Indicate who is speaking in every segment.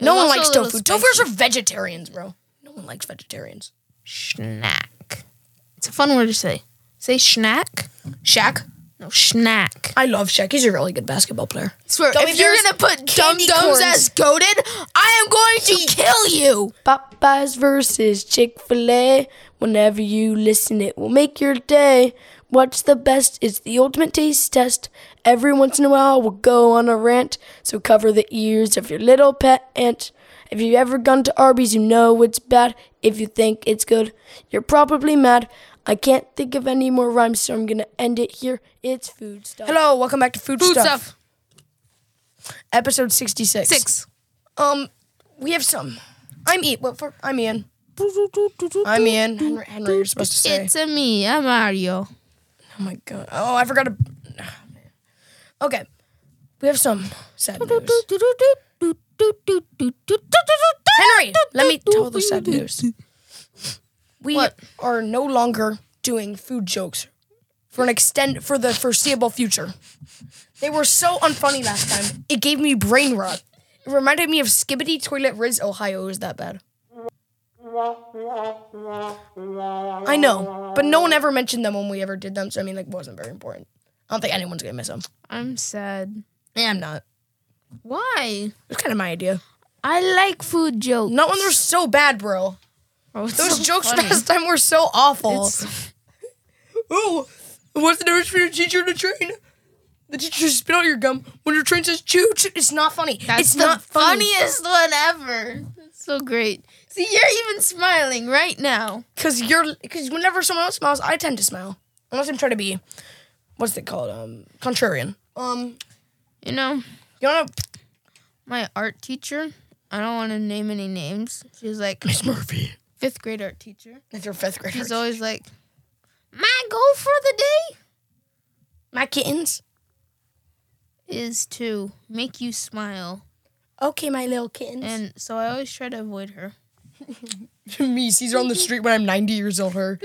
Speaker 1: No
Speaker 2: was
Speaker 1: one
Speaker 2: also
Speaker 1: likes
Speaker 2: a little
Speaker 1: tofu. Tofers are vegetarians, bro. No one likes vegetarians.
Speaker 2: Schnack. It's a fun word to say. Say schnack.
Speaker 1: Shaq.
Speaker 2: No, schnack.
Speaker 1: I love Shaq. He's a really good basketball player.
Speaker 2: swear,
Speaker 1: Gummy
Speaker 2: if you're
Speaker 1: bears,
Speaker 2: gonna put Dum
Speaker 1: candy
Speaker 2: Dums
Speaker 1: corns.
Speaker 2: as goaded, I am going to kill you.
Speaker 3: Popeyes versus Chick fil A. Whenever you listen, it will make your day. What's the best? It's the ultimate taste test. Every once in a while, we'll go on a rant. So cover the ears of your little pet ant. If you've ever gone to Arby's, you know it's bad. If you think it's good, you're probably mad. I can't think of any more rhymes, so I'm gonna end it here. It's food stuff.
Speaker 1: Hello, welcome back to Food,
Speaker 2: Food
Speaker 1: Stuff.
Speaker 2: stuff.
Speaker 1: Episode 66.
Speaker 2: Six.
Speaker 1: Um, we have some. I'm Ian. What for? I'm Ian. I'm Ian. Henry, Henry you're supposed to say.
Speaker 2: It's a me. I'm Mario.
Speaker 1: oh my god. Oh, I forgot to. Okay. We have some sad news. Henry, let me tell the sad news. We
Speaker 2: What?
Speaker 1: are no longer doing food jokes for an extend for the foreseeable future. They were so unfunny last time. It gave me brain rot. It reminded me of Skibbity Toilet Riz Ohio is that bad. I know, but no one ever mentioned them when we ever did them, so I mean like wasn't very important. I don't think anyone's gonna miss them.
Speaker 2: I'm sad.
Speaker 1: Yeah, I'm not.
Speaker 2: Why?
Speaker 1: It's kind of my idea.
Speaker 2: I like food jokes.
Speaker 1: Not when they're so bad, bro.
Speaker 2: Oh, it's
Speaker 1: Those
Speaker 2: so
Speaker 1: jokes
Speaker 2: funny.
Speaker 1: last time were so awful.
Speaker 2: It's-
Speaker 1: Oh, what's the difference between a teacher and a train? The teacher spit out your gum when your train says choo choo. It's not funny.
Speaker 2: That's
Speaker 1: it's
Speaker 2: the
Speaker 1: not funny
Speaker 2: funniest one ever. That's so great. See, you're even smiling right now.
Speaker 1: because you're because whenever someone else smiles, I tend to smile unless I'm trying to be what's it called um contrarian. Um,
Speaker 2: You know,
Speaker 1: you wanna
Speaker 2: my art teacher, I don't want to name any names. She's like
Speaker 1: Miss Murphy?
Speaker 2: fifth grade art teacher.
Speaker 1: That's your fifth grader.
Speaker 2: She's always like, my goal for the day
Speaker 1: My kittens.
Speaker 2: is to make you smile.
Speaker 1: Okay, my little kittens.
Speaker 2: And so I always try to avoid her.
Speaker 1: me, Caesar on the street when I'm 90 years old. Her.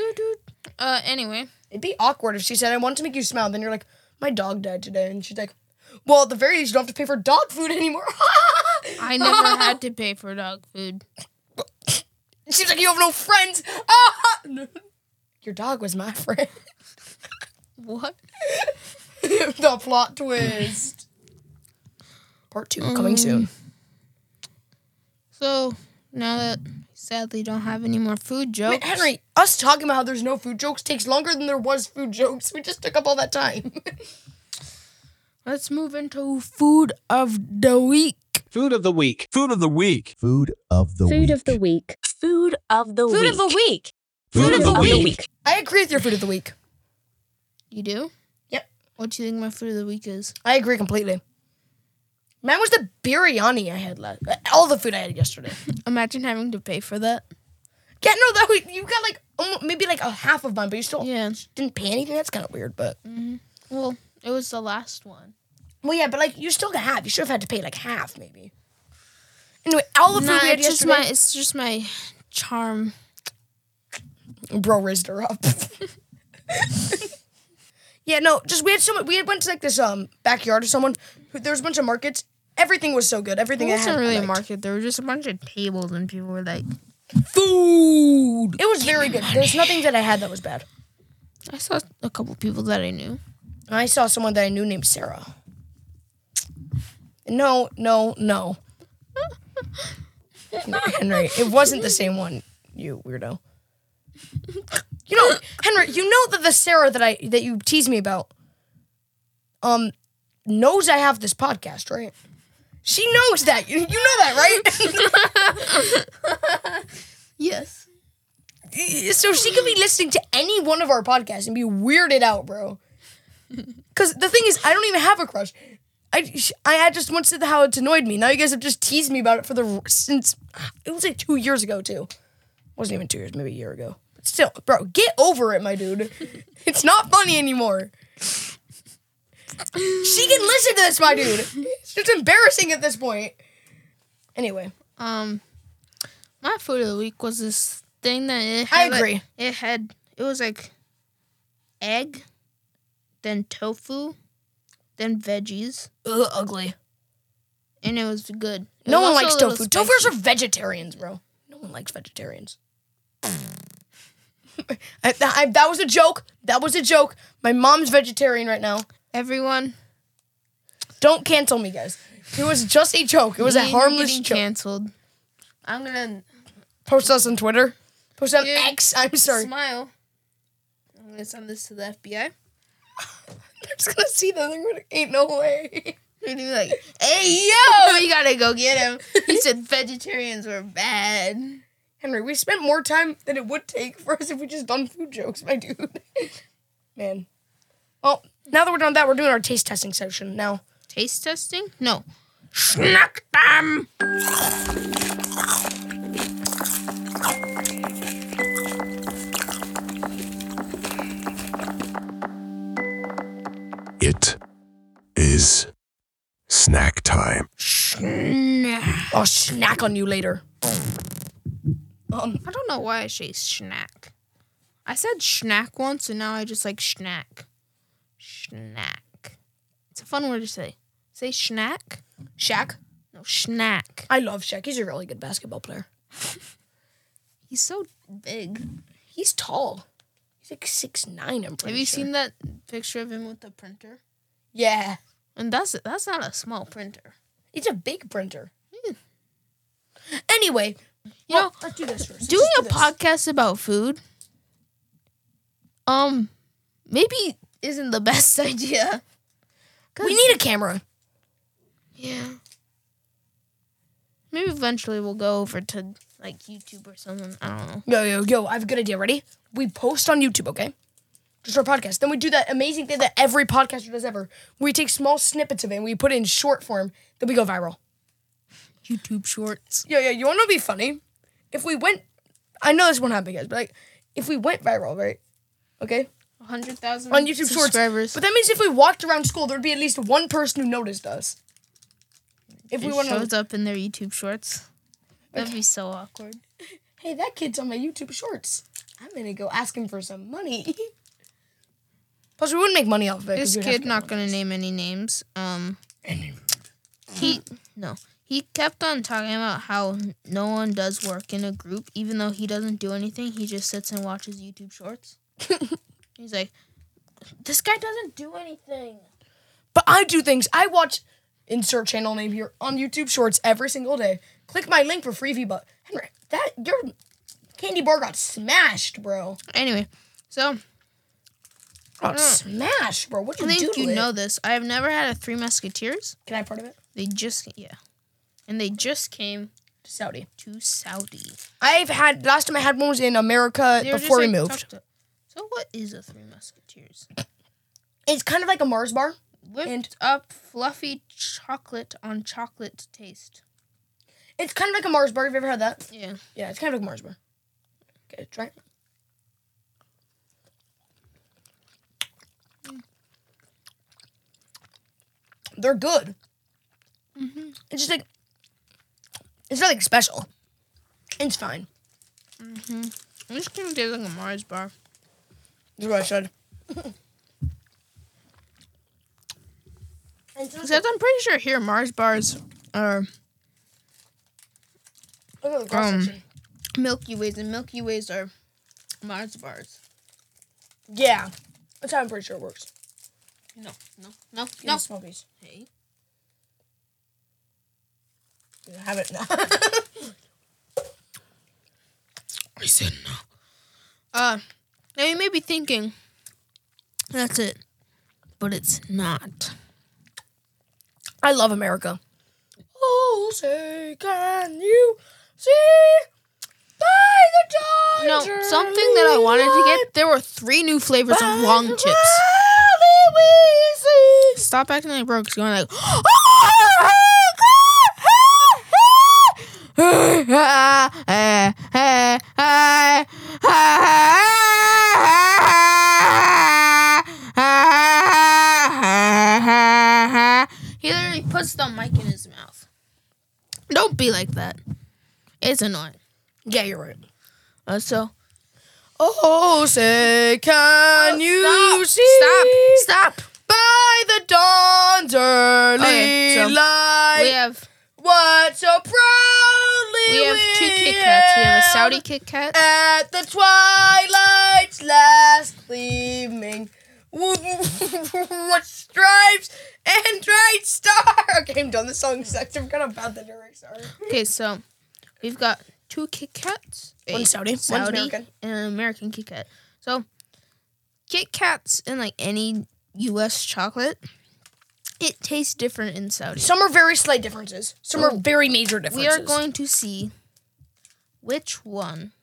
Speaker 2: Uh, anyway,
Speaker 1: It'd be awkward if she said, "I want to make you smile," then you're like, "My dog died today," and she's like, "Well, at the very least, you don't have to pay for dog food anymore."
Speaker 2: I never had to pay for dog food.
Speaker 1: It seems like you have no friends. Ah! Your dog was my friend.
Speaker 2: What?
Speaker 1: the plot twist. Part two coming soon.
Speaker 2: So now that I sadly don't have any more food
Speaker 1: I
Speaker 2: jokes,
Speaker 1: mean, Henry, us talking about how there's no food jokes takes longer than there was food jokes. We just took up all that time.
Speaker 2: let's move into food of the week.
Speaker 4: Food of the week. Food of the week.
Speaker 5: Food of the week.
Speaker 6: Food of the week. Food of the week.
Speaker 7: week.
Speaker 4: Food of the week.
Speaker 1: I agree with your food of the week.
Speaker 2: You do?
Speaker 1: Yep.
Speaker 2: What do you think my food of the week is?
Speaker 1: I agree completely. Man, was the biryani I had last? All the food I had yesterday.
Speaker 2: Imagine having to pay for that.
Speaker 1: Yeah, no, that was, you got like almo- maybe like a half of mine, but you still
Speaker 2: Yeah.
Speaker 1: didn't pay anything. That's kind of weird, but
Speaker 2: Well, it was the last one.
Speaker 1: Well, yeah, but like you still got half. You should have had to pay like half, maybe. Anyway, all the food we had
Speaker 2: it's just
Speaker 1: yesterday.
Speaker 2: my it's just my charm.
Speaker 1: Bro, rizzed her up. yeah, no, just we had so much. We had went to like this um backyard of someone. Who, there was a bunch of markets. Everything was so good. Everything
Speaker 2: It
Speaker 1: I had,
Speaker 2: wasn't
Speaker 1: I
Speaker 2: really a
Speaker 1: liked.
Speaker 2: market. There were just a bunch of tables and people were like,
Speaker 1: Food. It was very good. There's nothing that I had that was bad.
Speaker 2: I saw a couple people that I knew.
Speaker 1: I saw someone that I knew named Sarah. No, no, no. No, Henry, it wasn't the same one, you weirdo. You know, Henry, you know that the Sarah that I that you tease me about um knows I have this podcast, right? She knows that. You, you know that, right?
Speaker 2: Yes.
Speaker 1: so she could be listening to any one of our podcasts and be weirded out, bro. Because the thing is, I don't even have a crush. I, sh- I had just once said how it's annoyed me. Now you guys have just teased me about it for the since it was like two years ago too. Wasn't even two years, maybe a year ago. But still, bro, get over it, my dude. it's not funny anymore. she can listen to this, my dude. It's just embarrassing at this point. Anyway,
Speaker 2: Um, my food of the week was this thing that it
Speaker 1: I
Speaker 2: had. like-
Speaker 1: agree.
Speaker 2: it had. It was like egg, then tofu, then veggies,
Speaker 1: ugh, ugly.
Speaker 2: and it was good.
Speaker 1: No one
Speaker 2: also a
Speaker 1: likes
Speaker 2: little
Speaker 1: tofu. Tofers are vegetarians, bro. No one likes vegetarians. I, that, I- that was a joke. That was a joke. My mom's vegetarian right now.
Speaker 2: Everyone,
Speaker 1: Don't cancel me, guys. It was just a joke. It was a
Speaker 2: me and you
Speaker 1: harmless
Speaker 2: getting
Speaker 1: joke.
Speaker 2: canceled. I'm gonna
Speaker 1: Post us on Twitter. Post on
Speaker 2: Dude.
Speaker 1: X. I'm sorry.
Speaker 2: smile. I'm gonna send this to the FBI.
Speaker 1: I'm just gonna see the thing. but Ain't no way.
Speaker 2: They're gonna be like, "Hey, yo, we gotta go get him." He said vegetarians were bad.
Speaker 1: Henry, we spent more time than it would take for us if we just done food jokes, my dude. Man. Well, now that we're done with that, we're doing our taste testing session now.
Speaker 2: Taste testing? No.
Speaker 1: Snack time.
Speaker 5: It is snack time.
Speaker 1: I'll snack on you later. Um,
Speaker 2: I don't know why I say schnack. I said schnack once, and now I just like schnack. Schnack. It's a fun word to say. Say schnack.
Speaker 1: Shaq.
Speaker 2: No, schnack.
Speaker 1: I love Shaq. He's a really good basketball player.
Speaker 2: He's so big.
Speaker 1: He's tall. He's like six nine. I'm pretty
Speaker 2: Have you
Speaker 1: sure.
Speaker 2: seen that picture of him with the printer?
Speaker 1: Yeah,
Speaker 2: And that's that's not a small printer.
Speaker 1: it's a big printer.
Speaker 2: Hmm.
Speaker 1: Anyway,
Speaker 2: You know,
Speaker 1: let's do this first.
Speaker 2: doing
Speaker 1: Let's do
Speaker 2: a
Speaker 1: this.
Speaker 2: podcast about food um maybe isn't the best idea
Speaker 1: We need a camera.
Speaker 2: yeah maybe eventually we'll go over to like youtube or something i don't know
Speaker 1: Yo, yo, yo! I have a good idea. Ready? We post on YouTube, okay? Just our podcast. Then we do that amazing thing that every podcaster does ever. We take small snippets of it and we put it in short form. Then we go viral.
Speaker 2: youtube shorts
Speaker 1: Yeah, yeah. You want to be funny? If we went, I know this won't happen, guys, but like, if we went viral, right? Okay,
Speaker 2: 100000
Speaker 1: on YouTube Shorts.
Speaker 2: subscribers
Speaker 1: But that means if we walked around school, there would be at least one person who noticed us. If we
Speaker 2: It
Speaker 1: went, on,
Speaker 2: shows up in their youtube shorts that'd be so awkward
Speaker 1: hey, that kid's on my YouTube Shorts. I'm gonna go ask him for some money. Plus, we wouldn't make money off of it. 'cause
Speaker 2: this
Speaker 1: we'd have
Speaker 2: kid
Speaker 1: to-
Speaker 2: not gonna name any names um he no he kept on talking about how no one does work in a group even though he doesn't do anything he just sits and watches youtube shorts he's like this guy doesn't do anything
Speaker 1: But I do things. I watch insert channel name here on YouTube Shorts every single day. Click my link for free V but Henry, that your candy bar got smashed, bro.
Speaker 2: anyway so
Speaker 1: Got smashed, Oh, bro. What
Speaker 2: Mm, i
Speaker 1: you do
Speaker 2: think
Speaker 1: to
Speaker 2: you
Speaker 1: it?
Speaker 2: know this i have never had a three musketeers
Speaker 1: Can I have part of it?
Speaker 2: they just yeah and they just came
Speaker 1: Saudi.
Speaker 2: to saudi
Speaker 1: I've had last time I had one was in America
Speaker 2: They were just,
Speaker 1: before we
Speaker 2: like,
Speaker 1: moved.
Speaker 2: tucked up. so what is a three musketeers
Speaker 1: It's kind of like a Mars bar.
Speaker 2: whipped
Speaker 1: And-
Speaker 2: up fluffy chocolate on chocolate taste.
Speaker 1: It's kind of like a Mars bar. Have you ever had that?
Speaker 2: Yeah.
Speaker 1: Yeah, it's kind of like a Mars bar. Okay, try it. They're good.
Speaker 2: Mm-hmm.
Speaker 1: It's just like it's nothing special. It's fine.
Speaker 2: I'm just gonna do like a Mars bar.
Speaker 1: That's what I said. And so-
Speaker 2: Except I'm pretty sure here Mars bars are
Speaker 1: look at the cross
Speaker 2: um,
Speaker 1: section.
Speaker 2: Milky Ways and Milky Ways are Mars bars.
Speaker 1: yeah, that's how I'm pretty sure it works.
Speaker 2: No, no, no,
Speaker 1: Give me
Speaker 2: no.
Speaker 1: a small piece.
Speaker 2: Hey.
Speaker 1: You have it now.
Speaker 2: I said no. Uh now you may be thinking that's it. But it's not.
Speaker 1: I love America. Oh, say can you see by the dawn's
Speaker 2: No, something that I wanted to get, there were three new flavors
Speaker 1: early
Speaker 2: of long
Speaker 1: light,
Speaker 2: chips.
Speaker 1: early we see
Speaker 2: Stop acting like Brooks going like Oh He literally puts the mic in his mouth. Don't be like that. It's annoying.
Speaker 1: Yeah, you're right.
Speaker 2: Uh, so
Speaker 1: Oh, say can you
Speaker 2: uh, Oh, stop,
Speaker 1: see?
Speaker 2: stop, stop.
Speaker 1: By the dawn's early
Speaker 2: Okay, so
Speaker 1: light,
Speaker 2: We have
Speaker 1: What so proudly
Speaker 2: We have two Kit Kats. We have a Saudi
Speaker 1: hailed
Speaker 2: Kit Kat.
Speaker 1: at the twilight's last gleaming. what stripes and bright star? Okay, I'm done. The song sucks. I forgot about the lyrics. Sorry.
Speaker 2: Okay, so we've got two Kit Kats.
Speaker 1: One
Speaker 2: a
Speaker 1: Saudi, one's
Speaker 2: Saudi,
Speaker 1: American.
Speaker 2: and an American Kit Kat. So Kit Kats and like any U.S. chocolate, it tastes different in Saudi.
Speaker 1: Some are very slight differences. Some are very major
Speaker 2: we
Speaker 1: differences.
Speaker 2: are going to see which one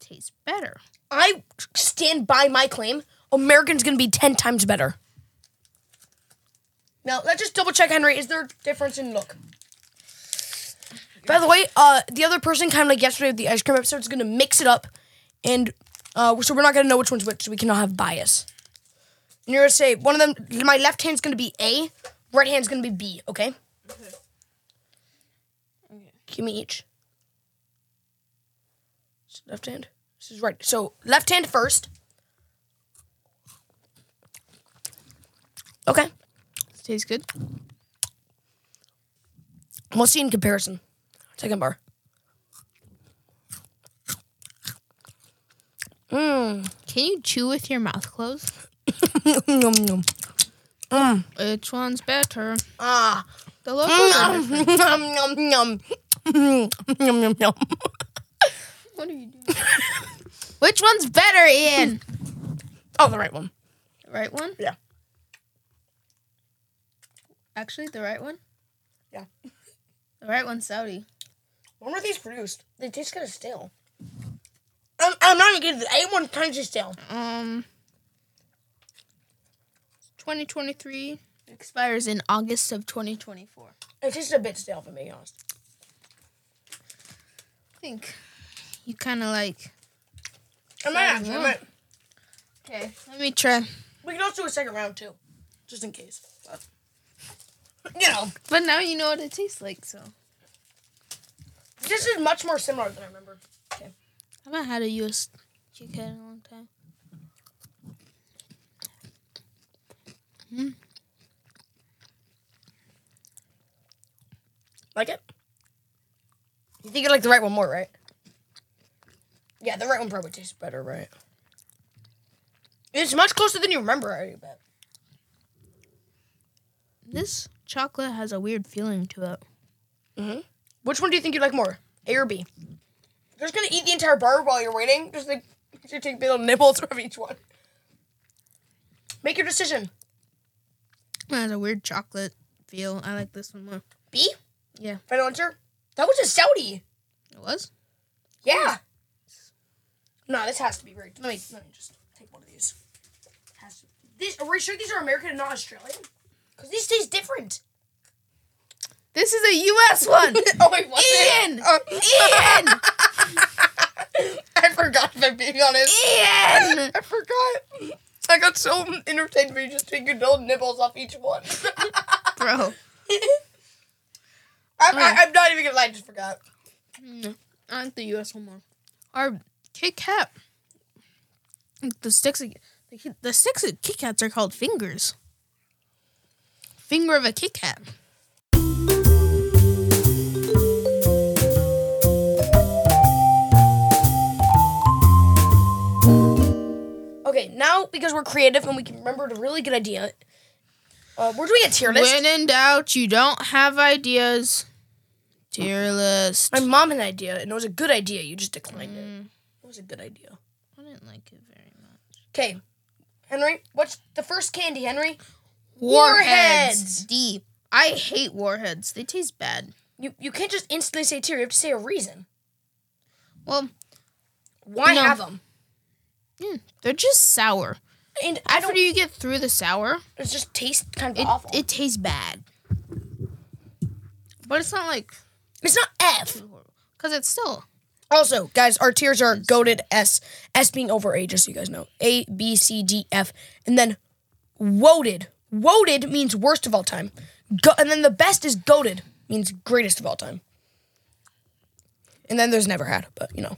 Speaker 2: tastes better.
Speaker 1: I stand by my claim. American's going to be ten times better. Now let's just double check, Henry. Is there a difference in look? By the way, uh, the other person, kind of like yesterday with the ice cream episode, is going to mix it up, and uh, so we're not going to know which one's which. So we cannot have bias. And you're going to say one of them. My left hand's going to be A, right hand's going to be B. Okay. Give me each. This is Left hand. This is right. So left hand first. Okay.
Speaker 2: Tastes good.
Speaker 1: We'll see in comparison. Second bar.
Speaker 2: Can you chew with your mouth closed?
Speaker 1: Nom, nom.
Speaker 2: Which one's better?
Speaker 1: Ah.
Speaker 2: The locals are different.
Speaker 1: Nom, nom, nom. Nom, nom, nom.
Speaker 2: What are you doing? Which one's better, Ian?
Speaker 1: Oh, the right one.
Speaker 2: The right one?
Speaker 1: Yeah.
Speaker 2: Actually, the right one?
Speaker 1: Yeah.
Speaker 2: The right one's Saudi.
Speaker 1: When were these produced? They taste kind of stale. I'm, I'm not even kidding. The A one kind of stale.
Speaker 2: Um, 2023 expires in August of 2024.
Speaker 1: It tastes a bit stale, if I'm being honest.
Speaker 2: I think you kind of like.
Speaker 1: I might actually. I might.
Speaker 2: Okay, let me try.
Speaker 1: We can also do a second round too, just in case. But, you know,
Speaker 2: But now you know what it tastes like, so.
Speaker 1: this is much more similar than I remember.
Speaker 2: I haven't had a U.S. chicken in a long time.
Speaker 1: Like it? You think you like the right one more, right? Yeah, the right one probably tastes better, right? It's much closer than you remember, I bet.
Speaker 2: This chocolate has a weird feeling to it.
Speaker 1: Which one do you think you like more, A or B? You're just gonna eat the entire bar while you're waiting. Just like you take little nibbles of each one. Make your decision.
Speaker 2: It has a weird chocolate feel. I like this one more.
Speaker 1: B.
Speaker 2: Yeah.
Speaker 1: Final answer. That was a Saudi.
Speaker 2: It was?
Speaker 1: Yeah. No, this has to be rigged. Let me let me just take one of these. Has to, these are we sure these are American and not Australian? Because these taste different.
Speaker 2: This is a U.S. one!
Speaker 1: oh wait, what?
Speaker 2: Ian!
Speaker 1: Oh,
Speaker 2: Ian!
Speaker 1: I forgot. If I'm being honest,
Speaker 2: Ian!
Speaker 1: I forgot. I got so entertained by just taking little nibbles off each one.
Speaker 2: Bro.
Speaker 1: I'm, I, I'm not even gonna lie. I just forgot.
Speaker 2: I like the U.S. one more. Our Kit Kat. The sticks of, the, Kit- the sticks of Kit Kats are called fingers. Finger of a Kit Kat.
Speaker 1: Okay, now because we're creative and we can remember a really good idea, uh, we're doing a tier list.
Speaker 2: When in doubt, you don't have ideas. Tier list.
Speaker 1: My mom had an idea, and it was a good idea. You just declined
Speaker 2: Mm.
Speaker 1: it. It was a good idea.
Speaker 2: I didn't like it very much.
Speaker 1: Okay, Henry, what's the first candy, Henry? Warheads.
Speaker 2: Warheads. D. I hate warheads. They taste bad.
Speaker 1: You you can't just instantly say tier. You have to say a reason.
Speaker 2: Well,
Speaker 1: Why
Speaker 2: No.
Speaker 1: have them?
Speaker 2: mm, they're just sour.
Speaker 1: And I
Speaker 2: After
Speaker 1: don't.
Speaker 2: you get through the sour,
Speaker 1: It just tastes kind of
Speaker 2: it
Speaker 1: awful.
Speaker 2: it tastes bad. But it's not like
Speaker 1: it's not F.
Speaker 2: because it's still
Speaker 1: Also, guys, our tiers are goaded S. S being over A, just so you guys know. A, B, C, D, F, and then woted. Woted means worst of all time. Go- and then the best is goaded means greatest of all time. And then there's never had, but you know.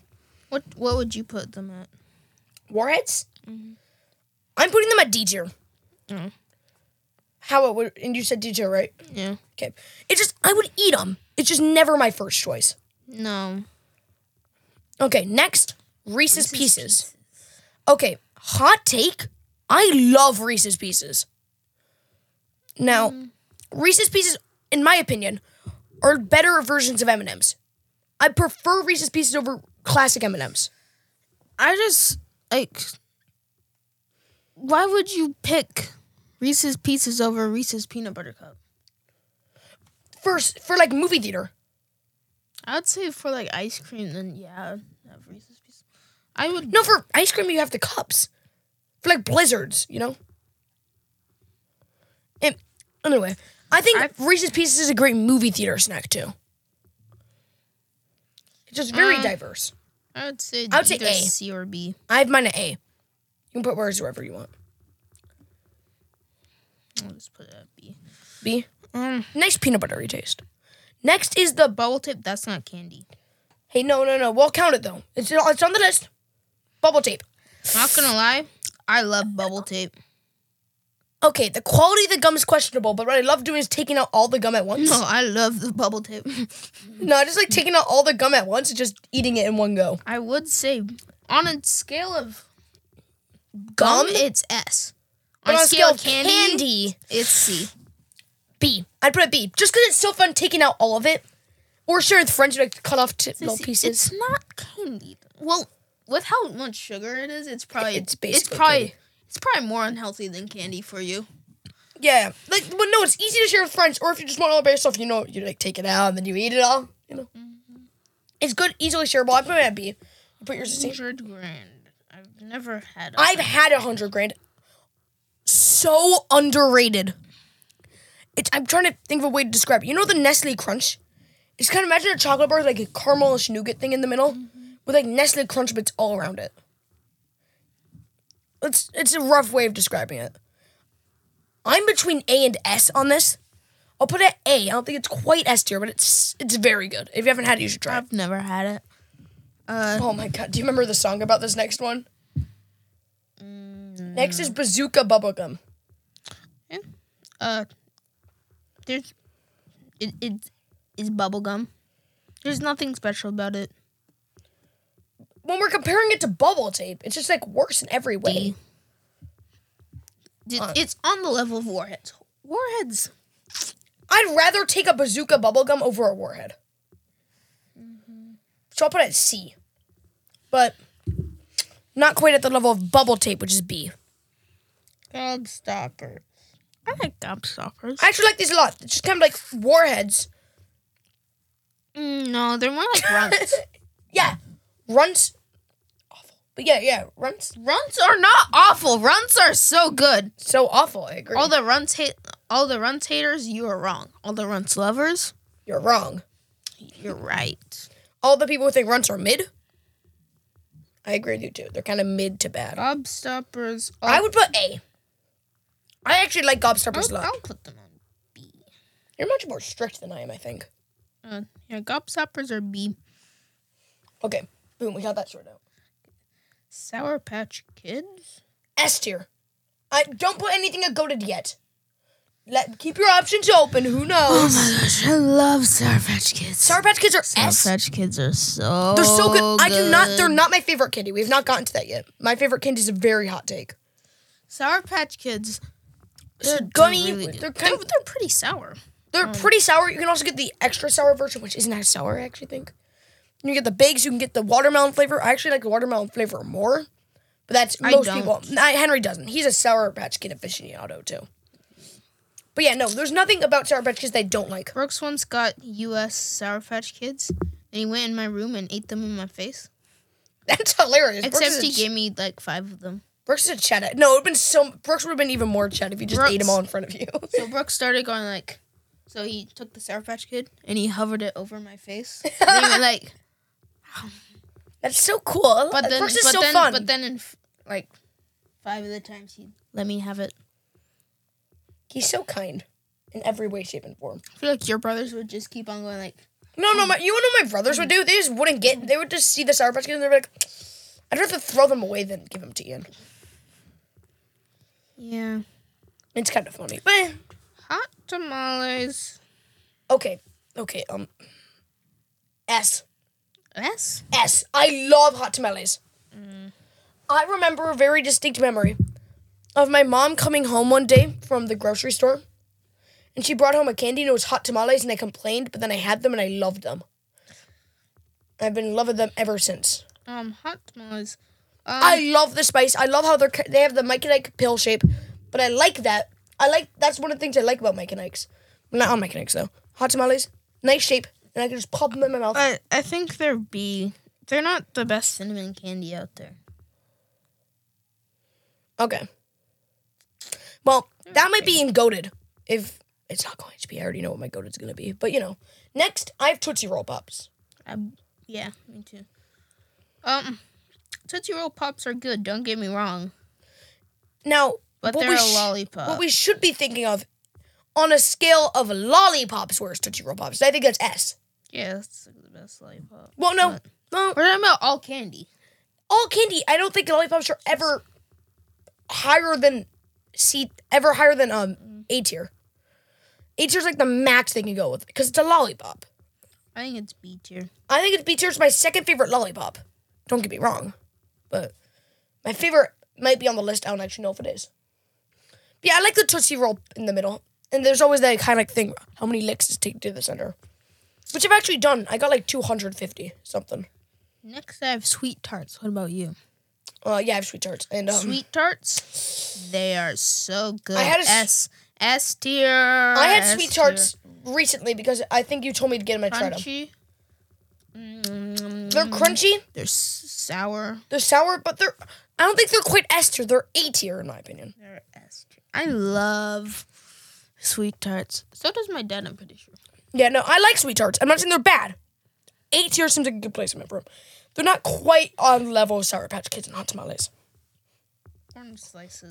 Speaker 2: what what would you put them at?
Speaker 1: Mm-hmm. Warheads? I'm putting them at D tier. how it would, and you said DJ, right?
Speaker 2: Yeah.
Speaker 1: Okay. It's just, I would eat them. It's just never my first choice.
Speaker 2: No.
Speaker 1: Okay, next, Reese's, pieces. Okay, hot take. I love Reese's Pieces. Now, Reese's Pieces, in my opinion, are better versions of M&Ms. I prefer Reese's Pieces over classic M&Ms.
Speaker 2: I just like. Why would you pick Reese's Pieces over Reese's Peanut Butter Cup?
Speaker 1: First, for like movie theater.
Speaker 2: I'd say for like ice cream, then yeah, I'd have Reese's Pieces. I would
Speaker 1: No, for ice cream you have the cups. For like blizzards, you know? And anyway, I think
Speaker 2: I-
Speaker 1: Reese's Pieces is a great movie theater snack too. It's just very diverse.
Speaker 2: I would say
Speaker 1: I would say
Speaker 2: either
Speaker 1: A.
Speaker 2: C or B.
Speaker 1: I have mine at A. You can put words wherever you want.
Speaker 2: I'll just put it at B.
Speaker 1: B.
Speaker 2: Mm.
Speaker 1: Nice peanut buttery taste. Next is the
Speaker 2: Bubble tip, that's not candy.
Speaker 1: hey no no no we'll count it though it's it's on the list. Bubble tape.
Speaker 2: Not gonna lie, I love bubble tape.
Speaker 1: Okay, the quality of the gum is questionable, but what I love doing is taking out all the gum at once.
Speaker 2: No, Oh, I love the bubble tape.
Speaker 1: No, I just like taking out all the gum at once and just eating it in one go.
Speaker 2: I would say on a scale of
Speaker 1: Gum?
Speaker 2: gum, it's S.
Speaker 1: But
Speaker 2: on a scale of candy,
Speaker 1: candy,
Speaker 2: it's C.
Speaker 1: B. I'd put a B just because it's so fun taking out all of it. Or sure, with friends you like cut off t- little
Speaker 2: It's-
Speaker 1: pieces.
Speaker 2: It's not candy. Well, with how much sugar it is, it's probably
Speaker 1: It's
Speaker 2: it's,
Speaker 1: basically
Speaker 2: probably
Speaker 1: candy.
Speaker 2: it's probably more unhealthy than candy for you.
Speaker 1: Yeah, like but no, it's easy to share with friends. Or if you just want it all by yourself, you know, you like take it out and then you eat it all. You know,
Speaker 2: Mm-hmm.
Speaker 1: it's good, easily shareable. I put it at B. You put yours at C.
Speaker 2: Hundred grand. I've never had. a-
Speaker 1: I've had a hundred grand. So underrated. It's, I'm trying to think of a way to describe it. You know the Nestle Crunch? It's kind of imagine a chocolate bar with like a caramelish nougat thing in the middle with like Nestle Crunch bits all around it. It's it's a rough way of describing it. I'm between A and S on this. I'll put it at A. I don't think it's quite S tier, but it's it's very good. If you haven't had it, you should try it.
Speaker 2: I've never had it. Uh,
Speaker 1: Oh my god, do you remember the song about this next one?
Speaker 2: Mm.
Speaker 1: Next is Bazooka Bubblegum.
Speaker 2: uh, there's it it is bubble gum. There's nothing special about it.
Speaker 1: When we're comparing it to bubble tape, it's just like worse in every way.
Speaker 2: It- It's on the level of warheads. Warheads.
Speaker 1: I'd rather take a bazooka bubblegum over a warhead.
Speaker 2: Mm-hmm.
Speaker 1: So I'll put it at C. But not quite at the level of bubble tape, which is B.
Speaker 2: Gobstopper. I like gobstoppers.
Speaker 1: I actually like these a lot. It's just kind of like warheads.
Speaker 2: Mm, no, they're more like runts.
Speaker 1: Yeah. Runts. Awful. But yeah, yeah. Runts.
Speaker 2: runts are not awful. Runts are so good.
Speaker 1: So awful. I agree.
Speaker 2: All the runts hate. All the runts haters, you are wrong. All the runts lovers,
Speaker 1: You're wrong.
Speaker 2: you're right.
Speaker 1: All the people who think runts are mid. I agree with you too. They're kind of mid to bad.
Speaker 2: Oh. Gobstoppers.
Speaker 1: I would put A. I actually like gobstoppers a
Speaker 2: I'll,
Speaker 1: lot.
Speaker 2: I'll put them on.
Speaker 1: You're much more strict than I am, I think.
Speaker 2: Uh, yeah, gobstoppers are B.
Speaker 1: Okay, boom, we got that sorted out.
Speaker 2: Sour Patch Kids.
Speaker 1: S tier. I don't put anything that goaded yet. Let keep your options open. Who knows?
Speaker 2: Oh my gosh, I love Sour Patch Kids.
Speaker 1: Sour Patch Kids are S.
Speaker 2: Patch Kids are so.
Speaker 1: They're so good. I do not. They're not my favorite candy. We've not gotten to that yet. My favorite candy is a very hot take.
Speaker 2: Sour Patch Kids.
Speaker 1: They're gummy.
Speaker 2: really good.
Speaker 1: they're kind
Speaker 2: they're,
Speaker 1: of.
Speaker 2: they're pretty sour.
Speaker 1: They're
Speaker 2: Mm.
Speaker 1: pretty sour. You can also get the extra sour version, which isn't as sour. I actually think. You get the bigs. You can get the watermelon flavor. I actually like the watermelon flavor more, but that's
Speaker 2: I
Speaker 1: most
Speaker 2: don't.
Speaker 1: people. I, Henry doesn't. He's a sour patch kid aficionado too. But yeah, no, there's nothing about sour patch kids that I don't like.
Speaker 2: Brooks once got U.S. Sour Patch Kids, and he went in my room and ate them in my face.
Speaker 1: That's hilarious.
Speaker 2: Except he
Speaker 1: is a,
Speaker 2: gave me like five of them.
Speaker 1: Brooks is a chat. No, it would have been so. Brooks would have been even more chat if you just ate
Speaker 2: Brooks.
Speaker 1: them all in front of you.
Speaker 2: So Brooks started going like, so he took the Sour Patch Kid and he hovered it over my face. And he went, like,
Speaker 1: that's so cool.
Speaker 2: but then,
Speaker 1: Brooks is
Speaker 2: but
Speaker 1: so
Speaker 2: then,
Speaker 1: fun.
Speaker 2: but then, in f- like five of the times he let me have it.
Speaker 1: he's so kind in every way, shape, and form.
Speaker 2: I feel like your brothers would just keep on going like,
Speaker 1: No, no, my, you know what my brothers would do? They just wouldn't get. They would just see the sour patch kids and they'd be like, "I'd rather throw them away than give them to Ian."
Speaker 2: yeah.
Speaker 1: It's kind of funny, but eh,
Speaker 2: Hot tamales.
Speaker 1: Okay. Okay. Um. S.
Speaker 2: Yes.
Speaker 1: S. I love hot tamales. I remember a very distinct memory of my mom coming home one day from the grocery store, and she brought home a candy and it was hot tamales, and I complained, but then I had them and I loved them. I've been in love with them ever since.
Speaker 2: Um, hot tamales.
Speaker 1: I love the spice. I love how they're ca- they have the Mike and Ike pill shape, but I like that. I like that's one of the things I like about Mike and Ike's. Well, Not on Mike and Ike's though. Hot tamales, nice shape, and I can just pop them in my mouth.
Speaker 2: I I think they're B. They're not the best cinnamon candy out there.
Speaker 1: Okay. Well, that might be in goaded. If it's not going to be, I already know what my goaded's gonna be. But you know, next I have Tootsie Roll Pops.
Speaker 2: I, yeah, me too. Um, Tootsie Roll Pops are good. Don't get me wrong,
Speaker 1: Now,
Speaker 2: but
Speaker 1: what
Speaker 2: they're
Speaker 1: we
Speaker 2: a
Speaker 1: sh-
Speaker 2: lollipop.
Speaker 1: What we should be thinking of, on a scale of lollipops, where's Tootsie Roll Pops? I think that's S.
Speaker 2: yeah, that's the best lollipop.
Speaker 1: Well, no,
Speaker 2: What?
Speaker 1: no.
Speaker 2: We're talking about all candy.
Speaker 1: all candy. I don't think lollipops are ever higher than C, ever higher than um A tier. A tier is like the max they can go with because it's a lollipop.
Speaker 2: I think it's B tier.
Speaker 1: I think it's B tier is my second favorite lollipop. Don't get me wrong, but my favorite might be on the list. I don't actually know if it is. But yeah, I like the tootsie roll in the middle, and there's always that kind of thing. How many licks does it take to the center? Which I've actually done. I got like 250 something.
Speaker 2: Next, I have sweet tarts. What about you?
Speaker 1: Uh, yeah, I have sweet tarts and um,
Speaker 2: sweet tarts, they are so good.
Speaker 1: I had a s-
Speaker 2: S S tier.
Speaker 1: I had sweet tarts recently because I think you told me to get them. I tried them.
Speaker 2: Crunchy. Mm,
Speaker 1: They're crunchy.
Speaker 2: they're s- sour.
Speaker 1: They're sour, but they're. I don't think they're quite S tier. They're A tier in my opinion.
Speaker 2: They're S tier. I love sweet tarts. So does my dad. I'm pretty sure.
Speaker 1: Yeah, no, I like sweet tarts. I'm not saying they're bad. A tier seems like a good placement for them. They're not quite on level of Sour Patch Kids and hot tamales.
Speaker 2: Orange slices.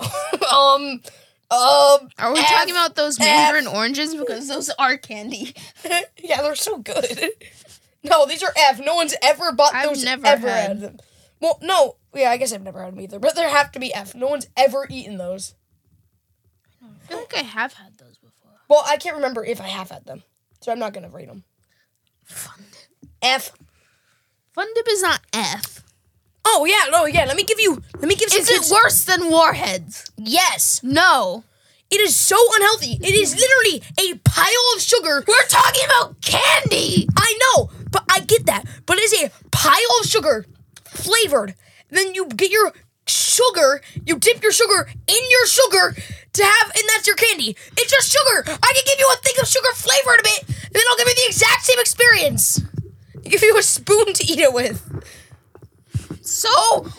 Speaker 1: um, um,
Speaker 2: Are we
Speaker 1: F,
Speaker 2: talking about those
Speaker 1: F.
Speaker 2: mandarin oranges? Because those are candy.
Speaker 1: yeah, they're so good. no, these are F. No one's ever bought
Speaker 2: I've
Speaker 1: those.
Speaker 2: never
Speaker 1: ever
Speaker 2: had.
Speaker 1: them. Well, no, yeah, I guess I've never had them either. But there have to be F. No one's ever eaten those.
Speaker 2: I feel like I have had those before.
Speaker 1: Well, I can't remember if I have had them, so I'm not gonna rate them.
Speaker 2: Fun dip.
Speaker 1: F.
Speaker 2: Fun dip is not F.
Speaker 1: Oh yeah, no, yeah. Let me give you. Let me give some
Speaker 2: Is it
Speaker 1: kids-
Speaker 2: worse than warheads?
Speaker 1: Yes.
Speaker 2: No.
Speaker 1: It is so unhealthy. It is literally a pile of sugar. We're talking about candy. I know, but I get that. But it's a pile of sugar, flavored. Then you get your sugar. You dip your sugar in your sugar to have, and that's your candy. It's just sugar. I can give you a thing of sugar flavored of it, and then I'll give you the exact same experience. Give you a spoon to eat it with.
Speaker 2: So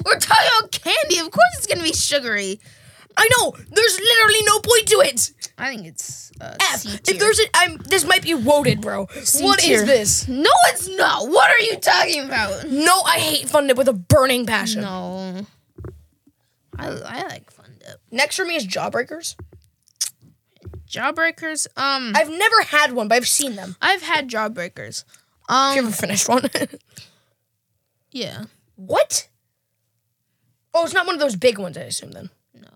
Speaker 2: we're talking about candy. Of course, it's gonna be sugary.
Speaker 1: I know. There's literally no point to it.
Speaker 2: I think it's uh,
Speaker 1: F.
Speaker 2: C tier.
Speaker 1: If there's a, I'm, this might be woted, bro. What is
Speaker 2: tier.
Speaker 1: this?
Speaker 2: no, it's not. What are you talking about?
Speaker 1: No, I hate Fun Dip with a burning passion.
Speaker 2: No. I, I like fun dip.
Speaker 1: Next for me is Jawbreakers.
Speaker 2: Jawbreakers. Um, I've,
Speaker 1: I've never had one, but I've seen them.
Speaker 2: had jawbreakers.
Speaker 1: Have you
Speaker 2: Um,
Speaker 1: ever finished one?
Speaker 2: yeah.
Speaker 1: what? Oh, it's not one of those big ones. I assume then.
Speaker 2: No.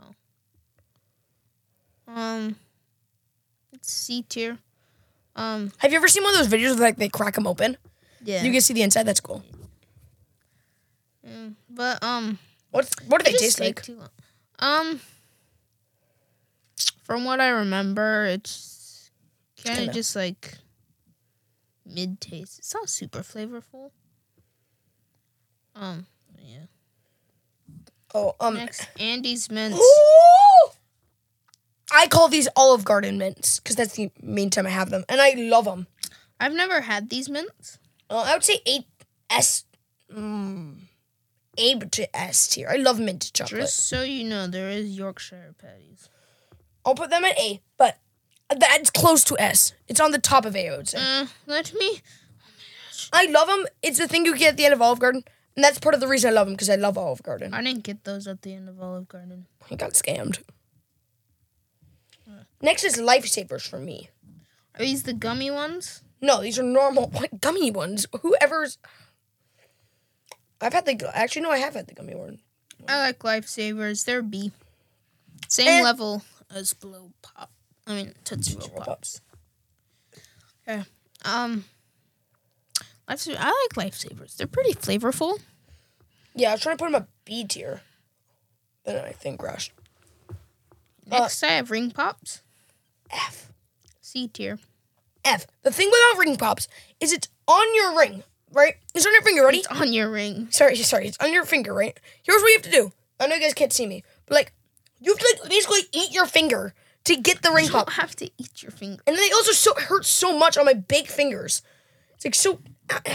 Speaker 2: Um, it's C tier. Um,
Speaker 1: Have you ever seen one of those videos where like they crack them open?
Speaker 2: yeah.
Speaker 1: You can see the inside. That's cool.
Speaker 2: but um,
Speaker 1: What What do
Speaker 2: it
Speaker 1: they taste
Speaker 2: just take
Speaker 1: like?
Speaker 2: too long. Um, from what I remember, it's kind
Speaker 1: kinda-
Speaker 2: of just like mid taste. It's not super flavorful. Um, yeah.
Speaker 1: Oh, um.
Speaker 2: Next, Andy's mints.
Speaker 1: Ooh! I call these Olive Garden mints because that's the main time I have them, and I love them.
Speaker 2: I've never had these mints.
Speaker 1: Uh, I would say eight S, mm, A to S tier. I love mint chocolate.
Speaker 2: Just so you know, there is Yorkshire patties.
Speaker 1: I'll put them at A, but that's close to S. It's on the top of A, I would say.
Speaker 2: Uh, let me.
Speaker 1: I love them. It's the thing you get at the end of Olive Garden, and that's part of the reason I love them because I love Olive Garden.
Speaker 2: I didn't get those at the end of Olive Garden.
Speaker 1: I got scammed. Next is lifesavers for me.
Speaker 2: Are these the gummy ones?
Speaker 1: No, these are normal what, gummy ones. Whoever's, I've had the actually no, I have had the gummy one.
Speaker 2: I like lifesavers. They're B. Same
Speaker 1: Eh.
Speaker 2: level as blow pop. I mean Tootsie Roll Pops. Okay. Um lifesa- I like lifesavers. They're pretty flavorful.
Speaker 1: Yeah, I was trying to put him a B tier. Then I think crashed. Uh,
Speaker 2: Next I have ring pops.
Speaker 1: F.
Speaker 2: C tier.
Speaker 1: F. The thing without ring pops is it's on your ring, right? It's on your finger, ready?
Speaker 2: It's on your ring.
Speaker 1: sorry, sorry, it's on your finger, right? Here's what you have to do. I know you guys can't see me, but like you have to like basically eat your finger to get the ring
Speaker 2: You
Speaker 1: pop.
Speaker 2: don't have to eat your finger.
Speaker 1: And then they also so hurt so much on my big fingers. It's like so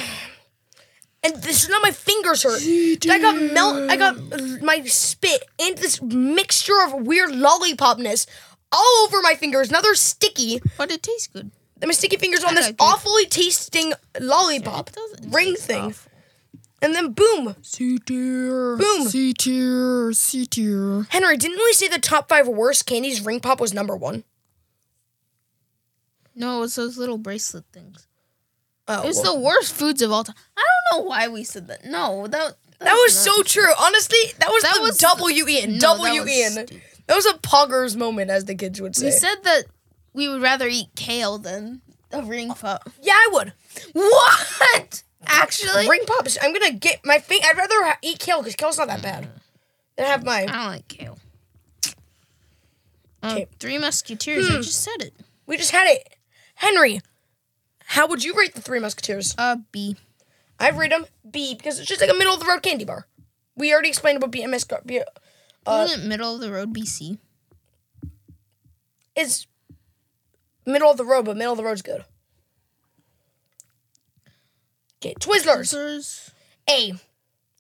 Speaker 1: and this is not my fingers hurt. I got melt I got my spit and this mixture of weird lollipopness all over my fingers. Now they're sticky.
Speaker 2: But it tastes good.
Speaker 1: My sticky fingers on this
Speaker 2: like it.
Speaker 1: awfully tasting lollipop
Speaker 2: It doesn't
Speaker 1: ring
Speaker 2: taste
Speaker 1: thing.
Speaker 2: awful.
Speaker 1: And then boom,
Speaker 2: C tier.
Speaker 1: Boom.
Speaker 2: C tier. C tier.
Speaker 1: Henry, didn't we say the top five worst candies? Ring Pop was number one.
Speaker 2: No, it's those little bracelet things.
Speaker 1: Oh,
Speaker 2: It's
Speaker 1: well,
Speaker 2: the worst foods of all time. I don't know why we said that. No, that
Speaker 1: that was so true. Honestly, that was
Speaker 2: That
Speaker 1: the
Speaker 2: was-
Speaker 1: double you Ian.
Speaker 2: No,
Speaker 1: double
Speaker 2: that
Speaker 1: you
Speaker 2: was
Speaker 1: Ian.
Speaker 2: stupid.
Speaker 1: That was a poggers moment, as the kids would say.
Speaker 2: We said that we would rather eat kale than a ring pop.
Speaker 1: yeah, I would.
Speaker 2: What? Actually,
Speaker 1: Ring Pops. I'm gonna get my thing. I'd rather ha- eat kale because kale's not that bad.
Speaker 2: Mm.
Speaker 1: Than have my.
Speaker 2: I don't like kale. Uh,
Speaker 1: Okay.
Speaker 2: Three Musketeers. I just said it.
Speaker 1: We just had it. Henry, how would you rate the Three Musketeers?
Speaker 2: Uh, B.
Speaker 1: I rate them B because it's just like a middle of the road candy bar. We already explained about BMS. Gar- B-
Speaker 2: Isn't it middle of the road BC?
Speaker 1: it's middle of the road, but middle of the road's good. Okay, Twizzlers.
Speaker 2: There's
Speaker 1: A.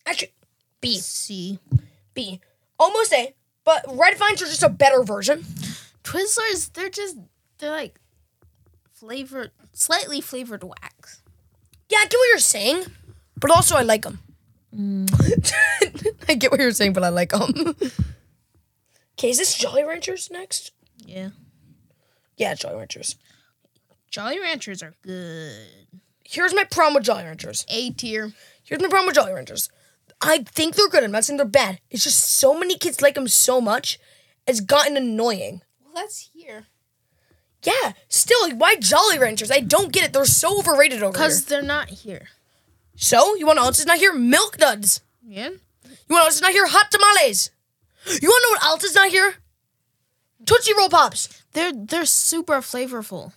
Speaker 1: Actually, B.
Speaker 2: C.
Speaker 1: B. Almost A, but Red Vines are just a better version.
Speaker 2: Twizzlers, they're just they're like flavored, slightly flavored wax.
Speaker 1: Yeah, I get what you're saying, but also I like them. I get what you're saying, but I like them. Okay, is this Jolly Ranchers next?
Speaker 2: Yeah.
Speaker 1: Yeah, Jolly Ranchers.
Speaker 2: Jolly Ranchers are good.
Speaker 1: Here's my problem with Jolly Ranchers.
Speaker 2: A tier.
Speaker 1: Here's my problem with Jolly Ranchers. I think they're good. I'm not saying they're bad. It's just so many kids like them so much, it's gotten annoying.
Speaker 2: Well, that's here.
Speaker 1: Yeah, still, like, why Jolly Ranchers? I don't get it. They're so overrated over here.
Speaker 2: Because they're not here.
Speaker 1: So, you want to know what else is not here? Milk Duds. You
Speaker 2: Yeah?
Speaker 1: want to know what else is not here? Hot tamales. You want to know what else is not here? Tootsie Roll Pops.
Speaker 2: They're they're super flavorful.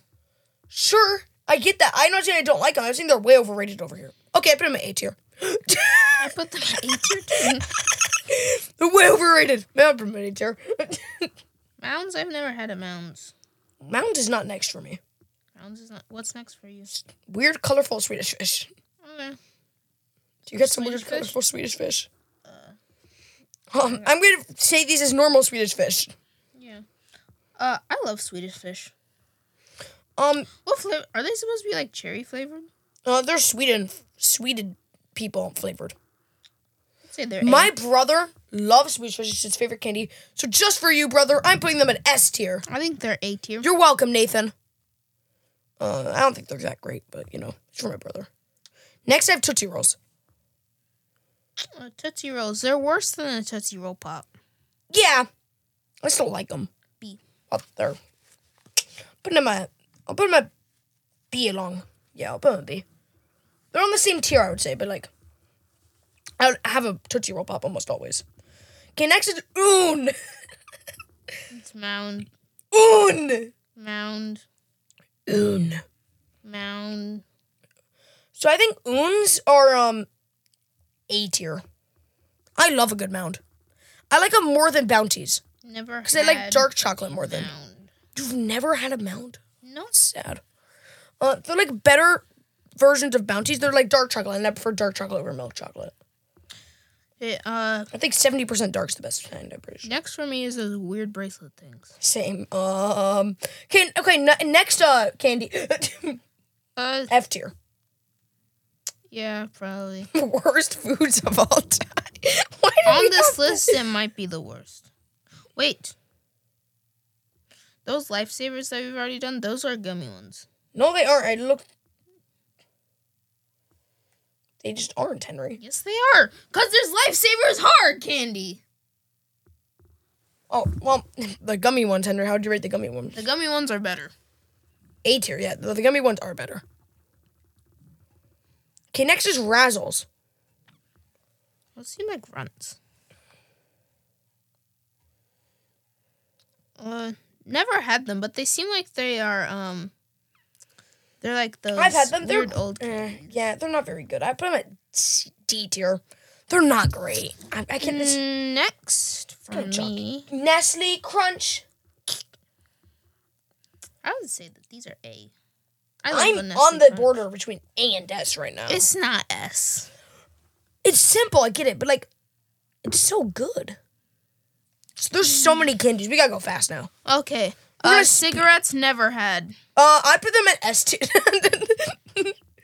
Speaker 1: Sure, I get that. I'm not saying I don't like them. I'm saying they're way overrated over here. Okay, I put them at A tier.
Speaker 2: I put them at A tier too.
Speaker 1: they're way overrated. Man, I put them at A tier.
Speaker 2: Mounds, I've never had a Mounds.
Speaker 1: Mound is not next for me.
Speaker 2: Mounds is not what's next for you?
Speaker 1: Weird, colorful Swedish fish.
Speaker 2: Okay.
Speaker 1: Do you get some weird
Speaker 2: Mm. Swedish fish? Uh.
Speaker 1: colorful Swedish fish? Um, I'm going to say these as normal Swedish fish.
Speaker 2: Yeah. Uh I love Swedish fish.
Speaker 1: Um,
Speaker 2: What flavor are they supposed to be like cherry flavored?
Speaker 1: uh, they're Sweden, Sweden people flavored.
Speaker 2: I'd say they're
Speaker 1: My brother loves Swedish fish. It's his favorite candy. So just for you, brother, I'm putting them at S tier.
Speaker 2: A. I think they're A tier.
Speaker 1: You're welcome, Nathan. Uh, I don't think they're that great, but you know, it's for my brother. Next, I have Tootsie Rolls.
Speaker 2: Uh, Tootsie Rolls. They're worse than a Tootsie Roll Pop.
Speaker 1: Yeah, I still like them.
Speaker 2: B.
Speaker 1: Up there. Put them at, I'll put them at B along. Yeah, I'll put them at B. They're on the same tier, I would say, but like, I would have a Tootsie Roll Pop almost always. Okay, next is Oon.
Speaker 2: It's Mound,
Speaker 1: Oon.
Speaker 2: Mound,
Speaker 1: Oon.
Speaker 2: Mound.
Speaker 1: So I think oons are um A tier. I love a good mound. I like them more than bounties
Speaker 2: Never
Speaker 1: because I like
Speaker 2: had
Speaker 1: dark chocolate more than.
Speaker 2: Mound.
Speaker 1: You've never had a mound?
Speaker 2: No,
Speaker 1: Sad. Uh, they're like better versions of bounties. They're like dark chocolate, and I prefer dark chocolate over milk chocolate.
Speaker 2: it, uh,
Speaker 1: I think seventy percent dark's the best kind. I'm pretty sure.
Speaker 2: next for me is those weird bracelet things.
Speaker 1: Same. Um. Can okay. N- next, uh, candy.
Speaker 2: Uh,
Speaker 1: F tier.
Speaker 2: yeah, probably.
Speaker 1: Worst foods of all time. Why did
Speaker 2: On
Speaker 1: we
Speaker 2: this
Speaker 1: have-
Speaker 2: list, it might be the worst. Wait, those lifesavers that we've already done, those are gummy ones.
Speaker 1: No, they aren't. I looked. They just aren't, Henry.
Speaker 2: Yes, they are, cause there's lifesavers hard candy.
Speaker 1: Oh well, the gummy ones, Henry. How'd you rate the gummy ones?
Speaker 2: The gummy ones are better.
Speaker 1: A tier, yeah. The, the gummy ones are better. Okay, next is Razzles.
Speaker 2: Let's see my grunts. Uh, never had them, but they seem like they are um. They're like those
Speaker 1: I've had them. They're
Speaker 2: weird old.
Speaker 1: eh, yeah, they're not very good. I put them at C- D tier. They're not great. I, I can't. this-
Speaker 2: Next for
Speaker 1: Good job.
Speaker 2: me,
Speaker 1: Nestle Crunch.
Speaker 2: I would say that these are A. I love
Speaker 1: I'm
Speaker 2: the Nestle
Speaker 1: on the
Speaker 2: Crunch.
Speaker 1: border between A and S right now. It's,
Speaker 2: It's not S.
Speaker 1: it's simple, I get it, but like, it's so good. So there's so
Speaker 2: Mm.
Speaker 1: many candies. We gotta go fast now.
Speaker 2: Okay.
Speaker 1: We're
Speaker 2: Uh,
Speaker 1: gonna sp-
Speaker 2: cigarettes never had.
Speaker 1: Uh, I put them at S tier.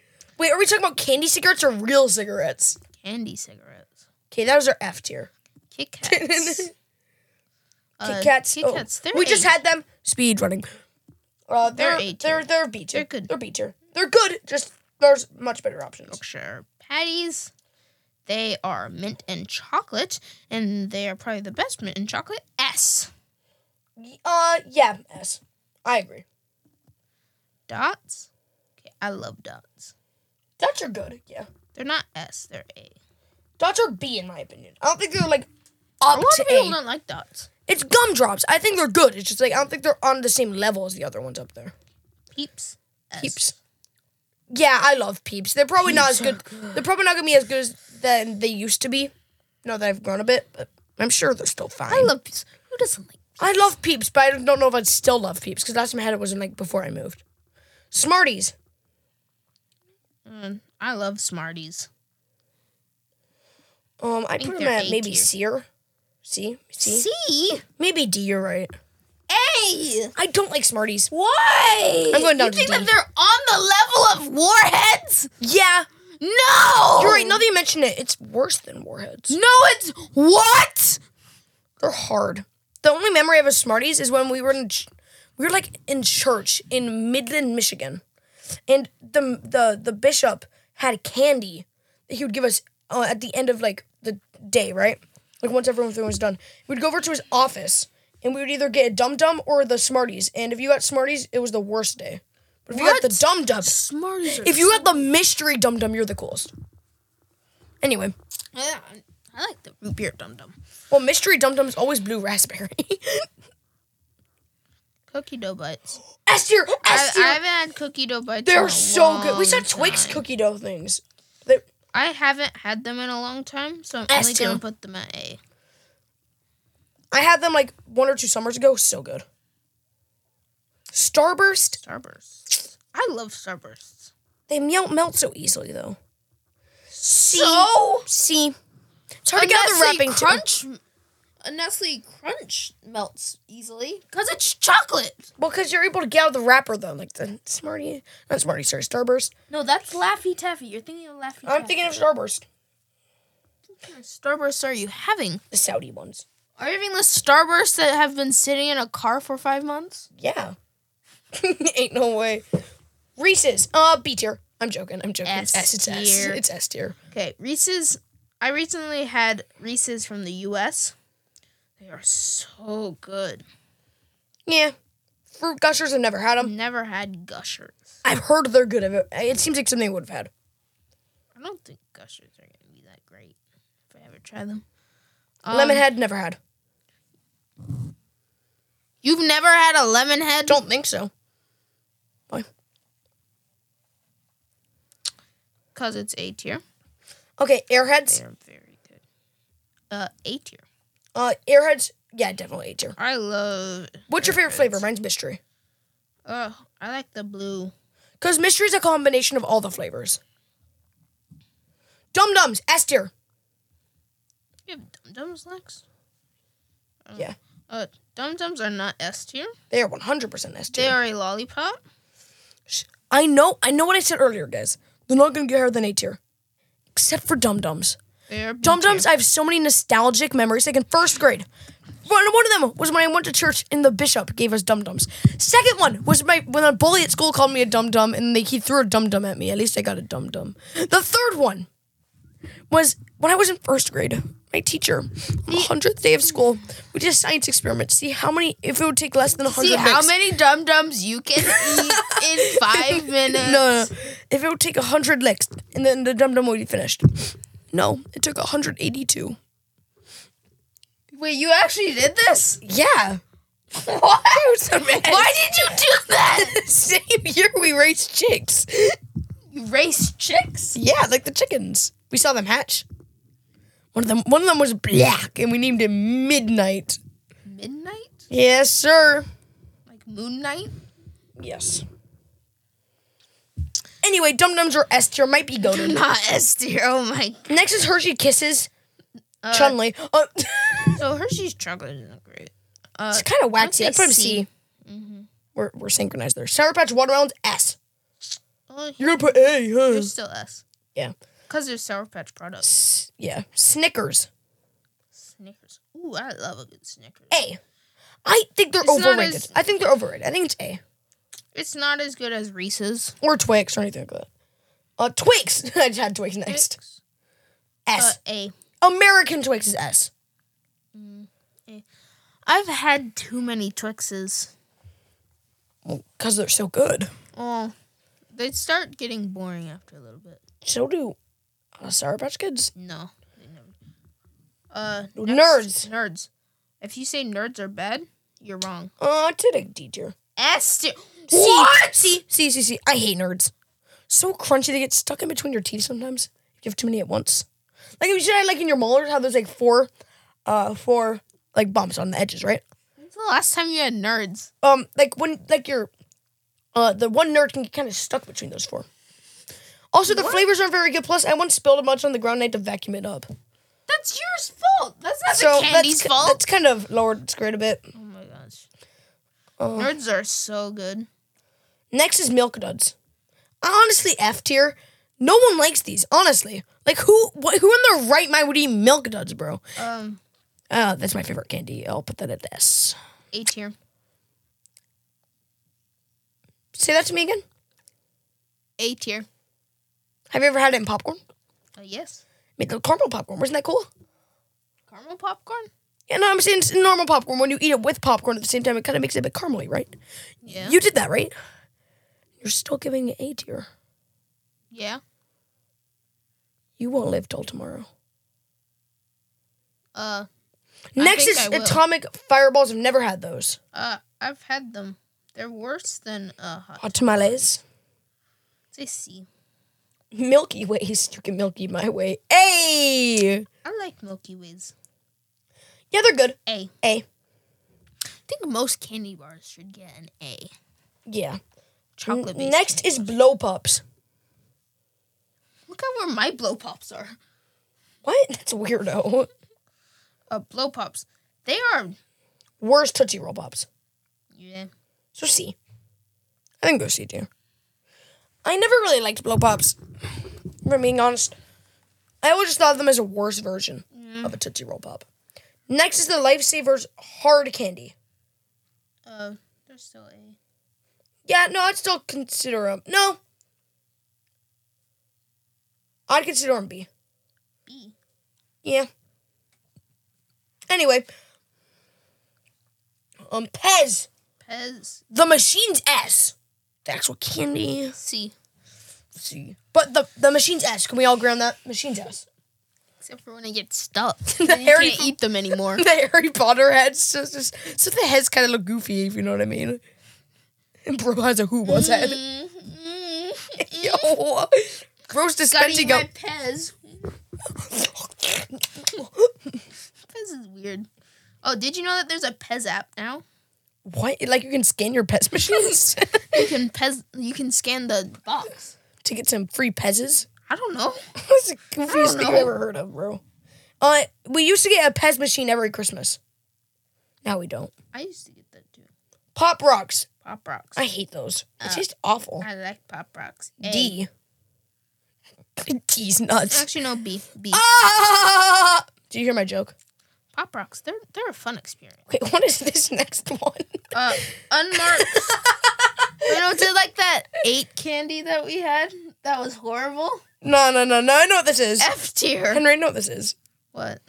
Speaker 1: Wait, are we talking about candy cigarettes or real cigarettes?
Speaker 2: Candy cigarettes.
Speaker 1: Okay, that was our F tier.
Speaker 2: Kit Kats. Uh,
Speaker 1: Kit Kats.
Speaker 2: Kit
Speaker 1: oh,
Speaker 2: Kats. They're
Speaker 1: we just
Speaker 2: A.
Speaker 1: had them speed running. Uh,
Speaker 2: They're
Speaker 1: they're
Speaker 2: A
Speaker 1: they're,
Speaker 2: tier.
Speaker 1: they're they're B tier.
Speaker 2: They're good.
Speaker 1: They're B tier. They're good. Just there's much better options.
Speaker 2: Yorkshire patties. They are mint and chocolate, and they are probably the best mint and chocolate. S.
Speaker 1: Uh, yeah, S. I agree.
Speaker 2: Dots. Okay, I love dots.
Speaker 1: Dots are good. Yeah,
Speaker 2: They're not S, they're A.
Speaker 1: dots are B in my opinion. I don't think they're like
Speaker 2: A
Speaker 1: up
Speaker 2: lot
Speaker 1: to
Speaker 2: of people
Speaker 1: A.
Speaker 2: don't like dots.
Speaker 1: It's gumdrops. I think they're good. It's just like I don't think they're on the same level as the other ones up there.
Speaker 2: Peeps. S.
Speaker 1: Peeps. Yeah, I love peeps. They're probably not as good. They're probably not gonna be as good as than they used to be. Now that I've grown a bit, but I'm sure they're still fine.
Speaker 2: I love peeps. Who doesn't like
Speaker 1: I love Peeps, but I don't know if I'd still love Peeps because last time I had it was in, like before I moved. Smarties.
Speaker 2: Mm, I love Smarties.
Speaker 1: Um, I
Speaker 2: think
Speaker 1: put them
Speaker 2: they're
Speaker 1: at
Speaker 2: A
Speaker 1: maybe
Speaker 2: tier.
Speaker 1: C or C, C,
Speaker 2: C?
Speaker 1: maybe D. You're right.
Speaker 2: A!
Speaker 1: I don't like Smarties.
Speaker 2: Why?
Speaker 1: I'm going down
Speaker 2: you
Speaker 1: to
Speaker 2: think
Speaker 1: D.
Speaker 2: that they're on the level of warheads?
Speaker 1: Yeah,
Speaker 2: No!
Speaker 1: you're right. Now that you mention it, it's worse than Warheads.
Speaker 2: No, it's what?
Speaker 1: They're hard. The only memory of a Smarties is when we were in, ch- we were like in church in Midland, Michigan, and the the the bishop had candy that he would give us uh, at the end of like the day, right? Like once everything was done, we'd go over to his office and we would either get a dum dum or the Smarties. And if you got Smarties, it was the worst day. But if you got the dum dum,
Speaker 2: Smarties.
Speaker 1: if you got the mystery dum dum, you're the coolest. Anyway,
Speaker 2: yeah, I like the root beer dum dum.
Speaker 1: well, mystery dum dum is always blue raspberry.
Speaker 2: Cookie dough bites.
Speaker 1: S tier,
Speaker 2: I,
Speaker 1: S
Speaker 2: I
Speaker 1: tier.
Speaker 2: haven't had cookie dough bites. in
Speaker 1: They're
Speaker 2: a
Speaker 1: so good. We saw
Speaker 2: long
Speaker 1: Twix
Speaker 2: time.
Speaker 1: cookie dough things. They,
Speaker 2: I haven't had them in a long time, so I'm
Speaker 1: S
Speaker 2: only
Speaker 1: tier.
Speaker 2: gonna put them at A.
Speaker 1: I had them like one or two summers ago. So good. Starburst,
Speaker 2: Starbursts. I love Starbursts.
Speaker 1: they melt melt so easily though. C,
Speaker 2: So?
Speaker 1: C. It's hard to get out the wrapping too.
Speaker 2: crunch. A Nestle Crunch melts easily because it's chocolate.
Speaker 1: Well, because you're able to get out of the wrapper though, like the Smartie, not Smartie, sorry, Starburst.
Speaker 2: No, that's Laffy Taffy. You're thinking of Laffy.
Speaker 1: I'm thinking of Starburst,
Speaker 2: Starbursts. Are you having?
Speaker 1: the Saudi ones.
Speaker 2: Are you having the Starbursts that have been sitting in a car for five months?
Speaker 1: Yeah, ain't no way. Reese's, uh, B tier. I'm joking. I'm joking. It's S.
Speaker 2: S
Speaker 1: It's S.
Speaker 2: tier.
Speaker 1: It's S tier.
Speaker 2: Okay, Reese's. I recently had Reese's from the U.S. They are so good.
Speaker 1: Yeah. Fruit gushers. I've never had
Speaker 2: I've
Speaker 1: them.
Speaker 2: never had Gushers.
Speaker 1: I've heard they're good. Of it. It seems like something I would have had.
Speaker 2: I don't think Gushers are gonna be that great if I ever try them. Um,
Speaker 1: Lemonhead. Never had.
Speaker 2: You've never had a lemon head?
Speaker 1: Don't think so.
Speaker 2: Cause it's A tier.
Speaker 1: Okay. Airheads.
Speaker 2: They're very good. Uh, A tier.
Speaker 1: Uh, Airheads. Yeah, definitely A tier.
Speaker 2: I love.
Speaker 1: What's your favorite flavor? Mine's mystery.
Speaker 2: Uh, I like the blue.
Speaker 1: Cause mystery's a combination of all the flavors. Dum Dums. S tier.
Speaker 2: You have Dum Dums, Lex? Oh.
Speaker 1: Yeah.
Speaker 2: Uh, Dum Dums are not S tier.
Speaker 1: They are 100% S
Speaker 2: They
Speaker 1: tier.
Speaker 2: are a lollipop.
Speaker 1: I know. I know what I said earlier, guys. They're not gonna get higher than A tier, except for Dum Dums.
Speaker 2: They are B
Speaker 1: Dum Dums,
Speaker 2: tier.
Speaker 1: I have so many nostalgic memories. Like in first grade, one, one of them was when I went to church and the bishop gave us Dum Dums. Second one was my when a bully at school called me a Dum Dum and they, he threw a Dum Dum at me. At least I got a Dum Dum. The third one was when I was in first grade. my teacher on the hundredth day of school. We did a science experiment to see how many if it would take less than hundred.
Speaker 2: See how many dum dums you can eat in five minutes.
Speaker 1: No, no, no. If it would take hundred licks, and then the dum dum would be finished. No, it took hundred eighty-two.
Speaker 2: Wait, you actually did this?
Speaker 1: Yeah. What?
Speaker 2: Why did you do that?
Speaker 1: the same year we raised chicks?
Speaker 2: You raised chicks?
Speaker 1: Yeah, like the chickens. We saw them hatch. One of them, one of them was black, and we named him Midnight.
Speaker 2: Midnight?
Speaker 1: Yes, sir.
Speaker 2: Like moon night?
Speaker 1: Yes. Anyway, Dum Dums or S tier might be goaded.
Speaker 2: Not S tier. Oh my.
Speaker 1: Next is Hershey Kisses.
Speaker 2: Uh,
Speaker 1: Chun Li. Oh,
Speaker 2: So Hershey's chocolate isn't great. Uh,
Speaker 1: it's kind of waxy.
Speaker 2: I'd
Speaker 1: I put him
Speaker 2: say
Speaker 1: C.
Speaker 2: C.
Speaker 1: We're, we're synchronized there. Sour Patch Watermelons S.
Speaker 2: oh,
Speaker 1: You're gonna put A, huh?
Speaker 2: there's still S.
Speaker 1: Yeah.
Speaker 2: Cause there's Sour Patch products.
Speaker 1: S- yeah. Snickers
Speaker 2: Snickers. Ooh, I love a good Snickers.
Speaker 1: A. I think they're
Speaker 2: It's not
Speaker 1: overrated.
Speaker 2: as-
Speaker 1: I think they're overrated. I think it's A
Speaker 2: It's not as good as Reese's.
Speaker 1: or Twix or anything like that. Uh, Twix. I just had Twix next.
Speaker 2: Twix. Uh,
Speaker 1: S.
Speaker 2: A.
Speaker 1: American Twix is S.
Speaker 2: I've had too many Twixes.
Speaker 1: Because they're so good.
Speaker 2: Well, they start getting boring after a little bit.
Speaker 1: So do uh, Sour Patch Kids.
Speaker 2: No, they never. Uh,
Speaker 1: Nerds.
Speaker 2: Nerds. If you say nerds are bad, you're wrong.
Speaker 1: Uh, today, D tier.
Speaker 2: S tier.
Speaker 1: See,
Speaker 2: What?
Speaker 1: See, see, see, see. I hate nerds. So crunchy they get stuck in between your teeth sometimes. If you have too many at once. Like if you should have like in your molars how there's like four uh four like bumps on the edges, right?
Speaker 2: When's the last time you had nerds?
Speaker 1: Um like when like your uh the one nerd can get kind of stuck between those four. Also the flavors aren't very good. Plus I once spilled a bunch on the ground and I had to vacuum it up.
Speaker 2: That's your fault. That's not
Speaker 1: so
Speaker 2: the candy's
Speaker 1: that's,
Speaker 2: fault.
Speaker 1: that's kind of lowered its grade a bit.
Speaker 2: oh my gosh.
Speaker 1: Oh.
Speaker 2: nerds are so good.
Speaker 1: Next is Milk Duds. Honestly, F tier. No one likes these. Honestly, like who wh- who in their right mind would eat Milk Duds, bro?
Speaker 2: Um,
Speaker 1: Uh, that's my favorite candy. I'll put that at S.
Speaker 2: A tier.
Speaker 1: Say that to me again.
Speaker 2: A tier.
Speaker 1: Have you ever had it in popcorn?
Speaker 2: Uh, yes.
Speaker 1: Made the caramel popcorn. Wasn't that cool?
Speaker 2: Caramel popcorn.
Speaker 1: Yeah, no, I'm saying it's normal popcorn. When you eat it with popcorn at the same time, it kind of makes it a bit caramely, right?
Speaker 2: Yeah.
Speaker 1: You did that, right? You're still giving it A tier.
Speaker 2: yeah.
Speaker 1: You won't live till tomorrow.
Speaker 2: Uh,
Speaker 1: Next
Speaker 2: think
Speaker 1: is
Speaker 2: I will.
Speaker 1: atomic fireballs. I've never had those.
Speaker 2: uh, I've had them. They're worse than uh hot.
Speaker 1: Hot tamales.
Speaker 2: Say C.
Speaker 1: Milky Ways. You can Milky my way. Hey,
Speaker 2: I like Milky Ways.
Speaker 1: yeah, they're good.
Speaker 2: A.
Speaker 1: A.
Speaker 2: I think most candy bars should get an A.
Speaker 1: Yeah.
Speaker 2: Chocolate based.
Speaker 1: Next is blow pops.
Speaker 2: Look at where my blow pops are.
Speaker 1: What? That's weirdo.
Speaker 2: Uh, blow pops. They are.
Speaker 1: Worst tootsie roll pops.
Speaker 2: Yeah.
Speaker 1: So C. I think go C too. I never really liked blow pops. If I'm being honest, I always just thought of them as a worse version of a tootsie roll pop. Next is the lifesavers hard candy.
Speaker 2: Uh, they're still A.
Speaker 1: Yeah, no, I'd still consider them. No, I'd consider them B.
Speaker 2: B.
Speaker 1: Yeah. Anyway, um, Pez,
Speaker 2: Pez.
Speaker 1: the machine's S, the actual candy.
Speaker 2: C.
Speaker 1: see, but the the machine's S. Can we all agree on that? Machine's S.
Speaker 2: Except for when it gets stuck.
Speaker 1: The
Speaker 2: then you
Speaker 1: hairy
Speaker 2: can't
Speaker 1: from-
Speaker 2: eat them anymore.
Speaker 1: the Harry Potter heads. So, it's just, so the heads kind of look goofy, if you know what I mean. And bro has a who was head. Yo, bro's
Speaker 2: Gotta eat
Speaker 1: dispensing
Speaker 2: my
Speaker 1: up.
Speaker 2: Pez. Pez is weird. Oh, did you know that there's a Pez app now?
Speaker 1: What? Like you can scan your Pez machines
Speaker 2: You can Pez. You can scan the box.
Speaker 1: to get some free Pezes.
Speaker 2: I don't know.
Speaker 1: That's the goofiest thing I've
Speaker 2: know.
Speaker 1: ever heard of, bro. Uh, we used to get a Pez machine every Christmas. Now we don't.
Speaker 2: I used to get that too.
Speaker 1: Pop rocks.
Speaker 2: Pop rocks.
Speaker 1: I hate those. They taste awful.
Speaker 2: I like pop rocks. A.
Speaker 1: D. D's nuts.
Speaker 2: Actually, no. B. B.
Speaker 1: Uh, Ah! Do you hear my joke?
Speaker 2: Pop rocks. They're they're a fun experience.
Speaker 1: Wait, what is this next one?
Speaker 2: Uh, unmarked. you know, to like that eight candy that we had. That was horrible.
Speaker 1: No, no, no, no. I know what this is.
Speaker 2: F tier.
Speaker 1: Henry, I know what this is.
Speaker 2: What?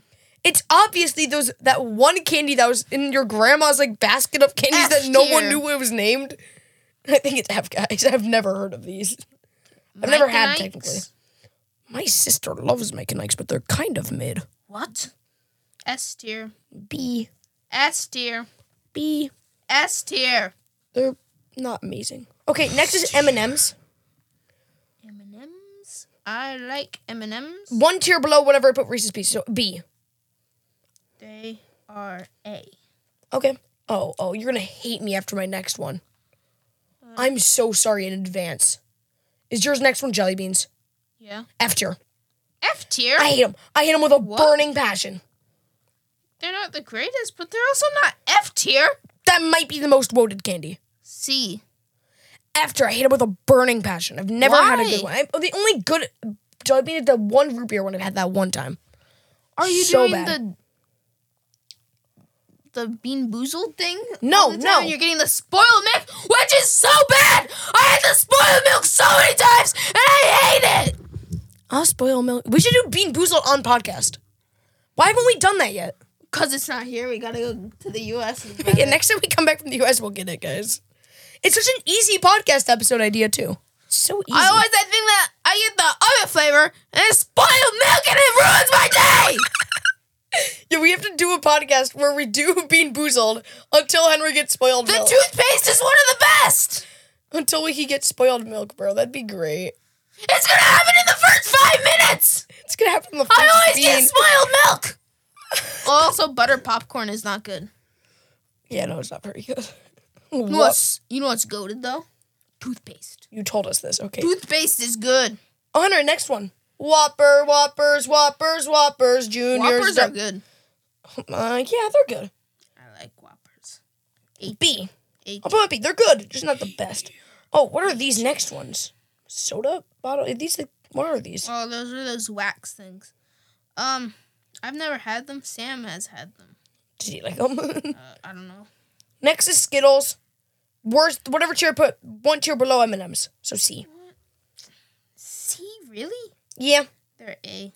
Speaker 1: It's obviously those that one candy that was in your grandma's like basket of candies that no one
Speaker 2: tier.
Speaker 1: knew it was named. I think it's F guys. I've never heard of these. I've never
Speaker 2: Mike
Speaker 1: had
Speaker 2: Nikes.
Speaker 1: technically. My sister loves Mike and Ike's, but they're kind of mid.
Speaker 2: What? S tier.
Speaker 1: B
Speaker 2: S tier.
Speaker 1: B.
Speaker 2: S tier.
Speaker 1: They're not amazing. Okay, next is M and M's.
Speaker 2: M and M's. I like M and M's.
Speaker 1: One tier below whatever I put Reese's Pieces. So B.
Speaker 2: They are A.
Speaker 1: Okay. Oh, oh, you're gonna hate me after my next one.
Speaker 2: Uh.
Speaker 1: I'm so sorry in advance. Is yours next one jelly beans?
Speaker 2: Yeah.
Speaker 1: F tier.
Speaker 2: F tier.
Speaker 1: I hate them. I hate them with a
Speaker 2: What?
Speaker 1: burning passion.
Speaker 2: They're not the greatest, but they're also not F tier.
Speaker 1: That might be the most woted candy.
Speaker 2: C.
Speaker 1: After I hate them with a burning passion. I've never had a good one.
Speaker 2: Why?
Speaker 1: I, oh, the only good jelly bean is the one root beer one I've had that one time.
Speaker 2: Are you
Speaker 1: So
Speaker 2: doing
Speaker 1: bad.
Speaker 2: the the Bean Boozled thing?
Speaker 1: No,
Speaker 2: all the time?
Speaker 1: no.
Speaker 2: You're getting the spoiled milk, which is so bad. I had the spoiled milk so many times, and I hate it.
Speaker 1: I'll spoil milk. We should do Bean Boozled on podcast. Why haven't we done that yet?
Speaker 2: Cause it's not here. We gotta go to the U.S. and
Speaker 1: Yeah, next time we come back from the US, we'll get it, guys. It's such an easy podcast episode idea, too. So easy.
Speaker 2: I always I think that I get the other flavor and it's spoiled milk and it ruins my day.
Speaker 1: Yeah, we have to do a podcast where we do Bean Boozled until Henry gets spoiled
Speaker 2: the
Speaker 1: milk.
Speaker 2: toothpaste is one of the best.
Speaker 1: until we can get spoiled milk, bro. That'd be great.
Speaker 2: It's gonna happen in the first five minutes.
Speaker 1: It's gonna happen in the first
Speaker 2: I always get
Speaker 1: bean.
Speaker 2: spoiled milk. also, butter popcorn is not good.
Speaker 1: Yeah, no, it's not very good.
Speaker 2: You know
Speaker 1: What?
Speaker 2: what's you know what's goaded though? Toothpaste.
Speaker 1: You told us this, okay?
Speaker 2: Toothpaste is good.
Speaker 1: Hunter, next one. Whopper, Whoppers, Whoppers, Whoppers, Juniors.
Speaker 2: Whoppers are good.
Speaker 1: Uh, yeah, they're good.
Speaker 2: I like Whoppers.
Speaker 1: B.
Speaker 2: Eight.
Speaker 1: I'll put a B. They're good, just not the best. Oh, what are these next ones? Soda bottle? Are these the, what are these?
Speaker 2: Oh, those are those wax things. Um, I've never had them. Sam has had them.
Speaker 1: Did you like them?
Speaker 2: Uh, I don't know.
Speaker 1: next is Skittles. Worst, whatever tier I put, one tier below M and M's. So C.
Speaker 2: See, really?
Speaker 1: Yeah,
Speaker 2: They're A.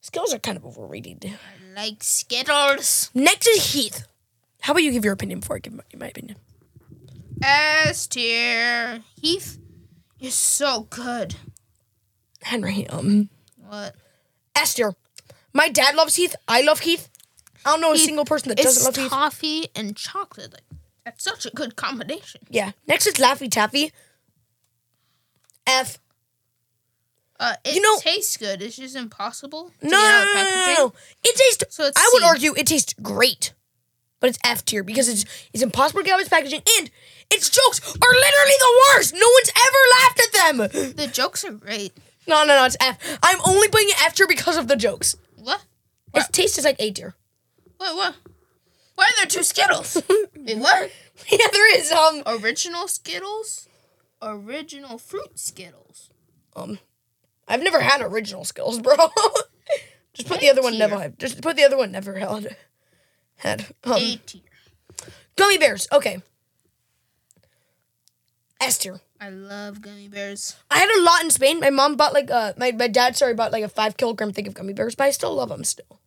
Speaker 1: Skittles are kind of overrated.
Speaker 2: I like Skittles.
Speaker 1: Next is Heath. How about you give your opinion before I give my, my opinion?
Speaker 2: S tier. Heath is so good.
Speaker 1: Henry, um,
Speaker 2: What?
Speaker 1: S tier. My dad loves Heath. I love Heath. I don't know a
Speaker 2: Heath
Speaker 1: single person that doesn't
Speaker 2: It's
Speaker 1: love Heath.
Speaker 2: toffee and chocolate. Like, that's such a good combination.
Speaker 1: Yeah. Next is Laffy Taffy. F.
Speaker 2: Uh, it
Speaker 1: You know-
Speaker 2: tastes good. It's just impossible. to
Speaker 1: No,
Speaker 2: get out
Speaker 1: no,
Speaker 2: of
Speaker 1: no, no, no,
Speaker 2: packaging.
Speaker 1: no. It tastes.
Speaker 2: So it's
Speaker 1: I would
Speaker 2: C.
Speaker 1: argue it tastes great, but it's F tier because it's it's impossible to get out of its packaging, and its jokes are literally the worst. No one's ever laughed at them.
Speaker 2: The jokes are great.
Speaker 1: No, no, no. It's F. I'm only putting it F tier because of the jokes.
Speaker 2: What?
Speaker 1: Its taste is like A tier.
Speaker 2: What? What? Why are there two Skittles? Wait, what?
Speaker 1: yeah, there is um
Speaker 2: Original Skittles? Original fruit Skittles.
Speaker 1: um. I've never had original skills, bro. Just put the other one. Never
Speaker 2: tier.
Speaker 1: had. Just put the other one. Never had. Had um,
Speaker 2: A tier.
Speaker 1: gummy bears. Okay. S tier.
Speaker 2: I love gummy bears.
Speaker 1: I had a lot in Spain. My mom bought like uh my, my dad sorry bought like a five kilogram thing of gummy bears, but I still love them still.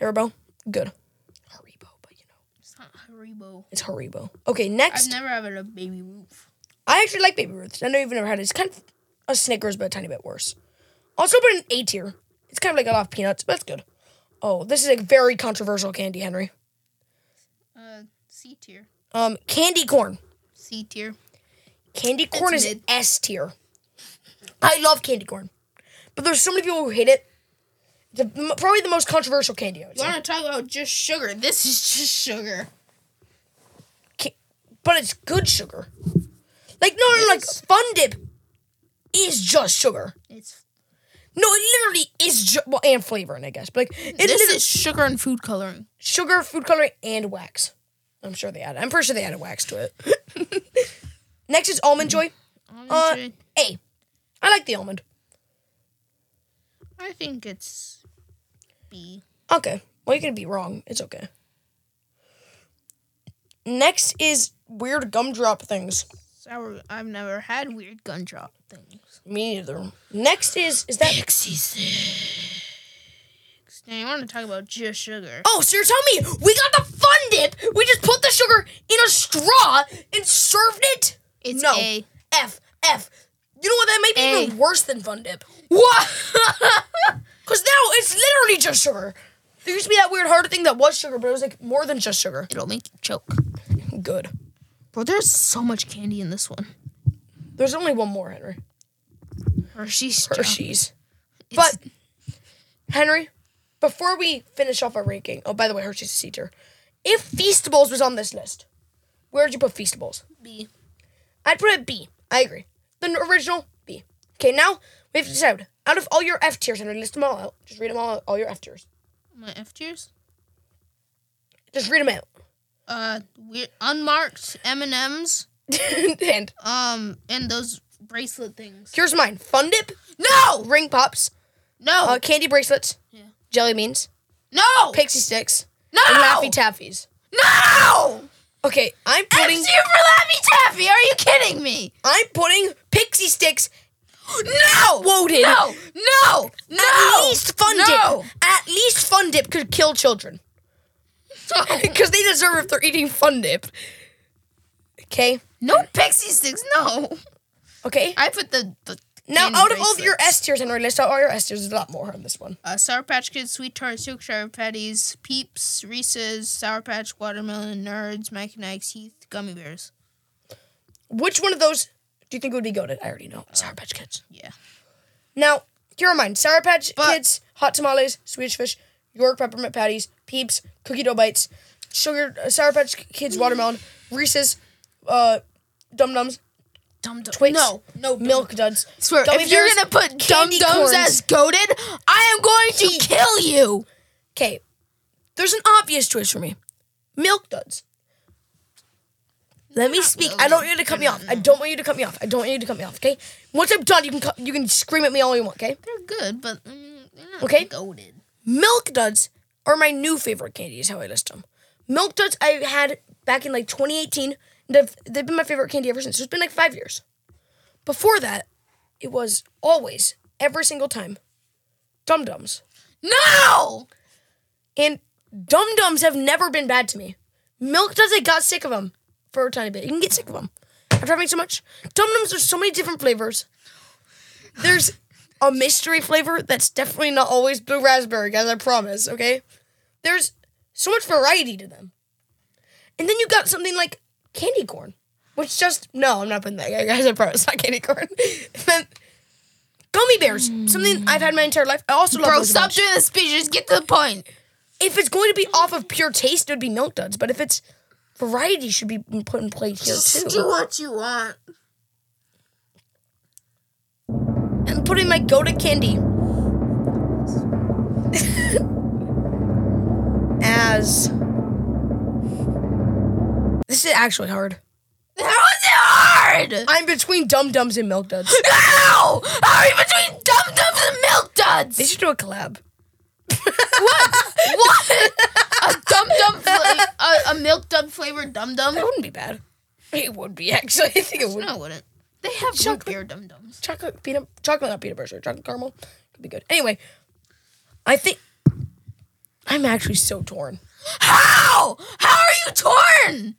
Speaker 1: Haribo, good. Haribo, but you know
Speaker 2: It's not Haribo.
Speaker 1: it's Haribo. Okay,
Speaker 2: I've
Speaker 1: next
Speaker 2: never had a baby Ruth.
Speaker 1: I actually like Baby Ruths. I know you've never had it. It's kind of a Snickers, but a tiny bit worse. Also, but an A tier. It's kind of like a lot of peanuts, but it's good. Oh, this is a very controversial candy, Henry.
Speaker 2: Uh, C tier.
Speaker 1: Um, candy corn.
Speaker 2: C tier.
Speaker 1: Candy corn
Speaker 2: It's
Speaker 1: is
Speaker 2: mid.
Speaker 1: S tier. I love candy corn, but there's so many people who hate it. It's a- probably the most controversial candy. I would
Speaker 2: You
Speaker 1: say.
Speaker 2: want to talk about just sugar? This is just sugar.
Speaker 1: Ca- but it's good sugar. Like no, no, like Fun Dip is just sugar.
Speaker 2: It's
Speaker 1: No, it literally is just well, and flavoring, I guess. But like it
Speaker 2: this
Speaker 1: literally-
Speaker 2: is sugar and food coloring.
Speaker 1: sugar, food coloring, and wax. I'm sure they added. I'm pretty sure they added wax to it. Next is almond joy. Uh,
Speaker 2: Honestly,
Speaker 1: A. I like the almond.
Speaker 2: I think it's B.
Speaker 1: Okay. Well, you could be wrong. It's okay. Next is weird gumdrop things.
Speaker 2: Sour. I've never had weird gumdrop things.
Speaker 1: Me neither. Next is is that
Speaker 2: Pixie sticks. next. Now you want to talk about just sugar?
Speaker 1: Oh, so you're telling me we got the fun dip? We just put the sugar in a straw and served it?
Speaker 2: It's
Speaker 1: no.
Speaker 2: A.
Speaker 1: F F. You know what? That might be
Speaker 2: A.
Speaker 1: even worse than Fun Dip. What? Because now it's literally just sugar. There used to be that weird hard thing that was sugar, but it was like more than just sugar.
Speaker 2: It'll make you choke.
Speaker 1: Good.
Speaker 2: Bro, there's so much candy in this one.
Speaker 1: There's only one more, Henry.
Speaker 2: Hershey's. chocolate.
Speaker 1: Hershey's. But Henry, before we finish off our ranking, oh by the way, Hershey's a seater. If Feastables was on this list, where'd you put Feastables?
Speaker 2: B.
Speaker 1: I'd put it B. I agree. The n- original B. Okay, now we have to decide out of all your F tiers, Henry, list them all out. Just read them all out. All your F tiers.
Speaker 2: My F tiers.
Speaker 1: Just read them out.
Speaker 2: Uh, weird, unmarked M and M's.
Speaker 1: and
Speaker 2: Um, and those bracelet things.
Speaker 1: here's mine: Fun Dip, no ring pops,
Speaker 2: No.
Speaker 1: uh, candy bracelets, jelly beans,
Speaker 2: no.
Speaker 1: pixie sticks,
Speaker 2: no.
Speaker 1: and Laffy Taffies.
Speaker 2: No.
Speaker 1: Okay, I'm
Speaker 2: F
Speaker 1: putting
Speaker 2: tier for Laffy Taffy. Are you kidding me?
Speaker 1: I'm putting pixie sticks
Speaker 2: No.
Speaker 1: Quoted.
Speaker 2: No. No. No.
Speaker 1: At least Fun
Speaker 2: No.
Speaker 1: Dip. At least Fun Dip could kill children. Because they deserve if they're eating Fun Dip. Okay.
Speaker 2: No pixie sticks. No.
Speaker 1: Okay.
Speaker 2: I put the, the
Speaker 1: Now,
Speaker 2: candy
Speaker 1: out of all of your S
Speaker 2: bracelets.
Speaker 1: tiers, Henry, list out all your S tiers. There's a lot more on this one.
Speaker 2: uh, Sour Patch Kids, Sweet Tarts, Yorkshire Patties, Peeps, Reese's, Sour Patch, Watermelon, Nerds, Mac and Ike's, Heath, Gummy Bears.
Speaker 1: Which one of those do you think would be goaded? I already
Speaker 2: Uh,
Speaker 1: know. Sour Patch Kids.
Speaker 2: Yeah.
Speaker 1: Now, here are mine. Sour Patch
Speaker 2: But-
Speaker 1: Kids, Hot Tamales, Swedish Fish, York Peppermint Patties, Peeps, Cookie Dough Bites, Sugar, uh, Sour Patch Kids, Watermelon, Reese's, uh, Dum Dums,
Speaker 2: Dum Dum.
Speaker 1: Twix.
Speaker 2: No. No.
Speaker 1: Milk Duds.
Speaker 2: Swear,
Speaker 1: Gummy
Speaker 2: if you're
Speaker 1: bears,
Speaker 2: gonna put Dum
Speaker 1: candy
Speaker 2: Dums
Speaker 1: corns.
Speaker 2: as goaded, I am going to kill you.
Speaker 1: Okay, there's an obvious choice for me. Milk duds. Let me speak. I don't want you to cut me off. I don't want you to cut me off. I don't want you to cut me off. Okay. Once I'm done, you can cut, you can scream at me all you want. Okay.
Speaker 2: They're good, but mm, they're not
Speaker 1: Okay.
Speaker 2: goaded.
Speaker 1: Milk duds are my new favorite candy. Is how I list them. Milk duds I had back in like 2018. And they've, they've been my favorite candy ever since. So it's been like five years. Before that, it was always every single time, Dum Dums.
Speaker 2: No.
Speaker 1: And Dum Dums have never been bad to me. Milk does I got sick of them for a tiny bit. You can get sick of them after having so much. Dum Dums there's so many different flavors. There's a mystery flavor that's definitely not always blue raspberry, guys. I promise. Okay, there's so much variety to them. And then you got something like candy corn, which just no, I'm not putting that, guys. I promise, not candy corn. then gummy bears, something I've had my entire life. I also love
Speaker 2: Bro,
Speaker 1: those a
Speaker 2: stop
Speaker 1: bunch
Speaker 2: doing the speech. Just get to the point.
Speaker 1: if it's going to be off of pure taste, it would be milk duds. But if it's variety, should be put in play here too.
Speaker 2: what you want.
Speaker 1: And put in my go to candy as this is actually hard.
Speaker 2: How is it hard?
Speaker 1: I'm between dum dums and milk duds.
Speaker 2: No! How are you between Dum Dums and Milk
Speaker 1: They
Speaker 2: Duds?
Speaker 1: should do a collab.
Speaker 2: What? a Dum Dum, fla- uh, a, a Milk Dum flavored Dum Dum?
Speaker 1: That wouldn't be bad. It would be actually. I think it would.
Speaker 2: No, it wouldn't. They have root beer Dum Dums.
Speaker 1: chocolate peanut chocolate not peanut butter sorry, chocolate caramel could be good anyway i think i'm actually so torn
Speaker 2: How? How are you torn?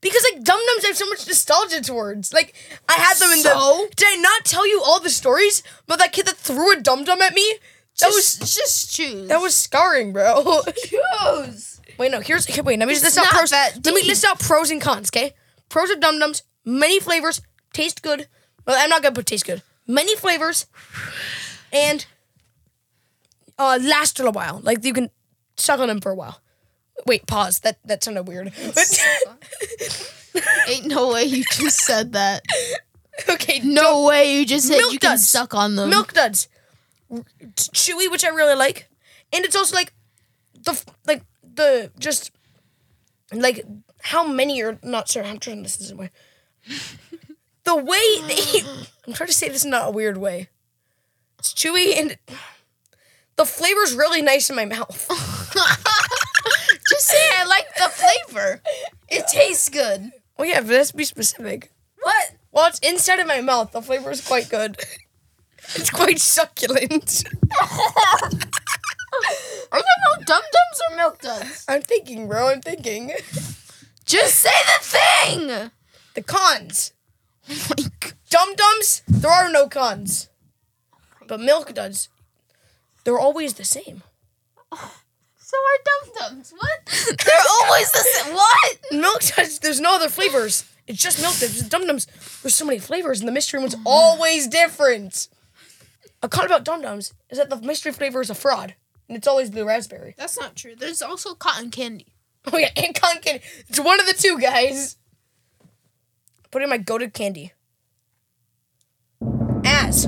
Speaker 1: because like dum dums i have so much nostalgia towards like i had them in
Speaker 2: So?
Speaker 1: the did i not tell you all the stories about that kid that threw a dum dum at me that was
Speaker 2: just, just choose.
Speaker 1: that was scarring bro
Speaker 2: choose.
Speaker 1: wait no here's okay, wait let me just
Speaker 2: It's
Speaker 1: list out
Speaker 2: not
Speaker 1: pros
Speaker 2: that
Speaker 1: let me
Speaker 2: deep.
Speaker 1: list out pros and cons okay pros of dum dums many flavors taste good well i'm not gonna put taste good many flavors and uh, last a little while. Like you can suck on them for a while. Wait, pause. That that sounded weird.
Speaker 2: Ain't no way you just said that.
Speaker 1: okay,
Speaker 2: No way you just said
Speaker 1: Milk
Speaker 2: you can
Speaker 1: Duds.
Speaker 2: suck on them.
Speaker 1: milk duds, It's chewy, which I really like, and it's also like the f- like the just like how many are not sure. I'm trying to listen somewhere. the way they, I'm trying to say this in not a weird way. It's chewy and the flavor's really nice in my mouth.
Speaker 2: Just say I like the flavor. It tastes good.
Speaker 1: Oh yeah, but let's be specific.
Speaker 2: What?
Speaker 1: Well, it's inside of my mouth. The flavor is quite good. It's quite succulent.
Speaker 2: Are there no dum dums or milk duds?
Speaker 1: I'm thinking, bro. I'm thinking.
Speaker 2: Just say the thing. Oh
Speaker 1: The cons.
Speaker 2: my g-
Speaker 1: Dum dums. There are no cons. But milk duds. They're always the same.
Speaker 2: So are dum dums. What? They're always the same. What?
Speaker 1: Milk duds. There's no other flavors. It's just milk duds. Dum dums. There's so many flavors, and the mystery one's always different. A con about dum dums is that the mystery flavor is a fraud, and it's always blue raspberry.
Speaker 2: That's not true. There's also cotton candy.
Speaker 1: Oh yeah, and con candy. It's one of the two guys. Put in my goaded candy. Ass.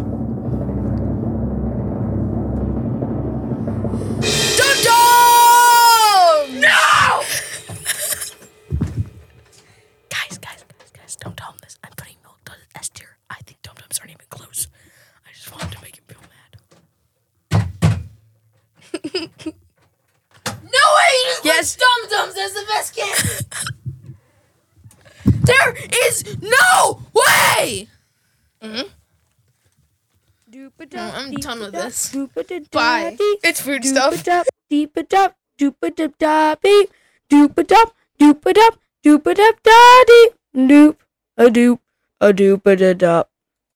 Speaker 1: Dum dum. No. guys, guys, guys, guys! Don't tell him this. I'm putting milk to S tier. I think dum dums aren't even close. I just wanted to make him feel mad.
Speaker 2: No way! You just
Speaker 1: Yes.
Speaker 2: Dum dums as the best candy.
Speaker 1: There is no way.
Speaker 2: No, I'm done with this. Bye.
Speaker 6: Bye.
Speaker 1: It's food stuff.
Speaker 3: Doop-a-dup, deep-a-dup, doop-a-dup-da beep, doop-a-dup, doop-a-dup, doop-a-dup-da deep, doop, a doop, a doop-a-da-dup.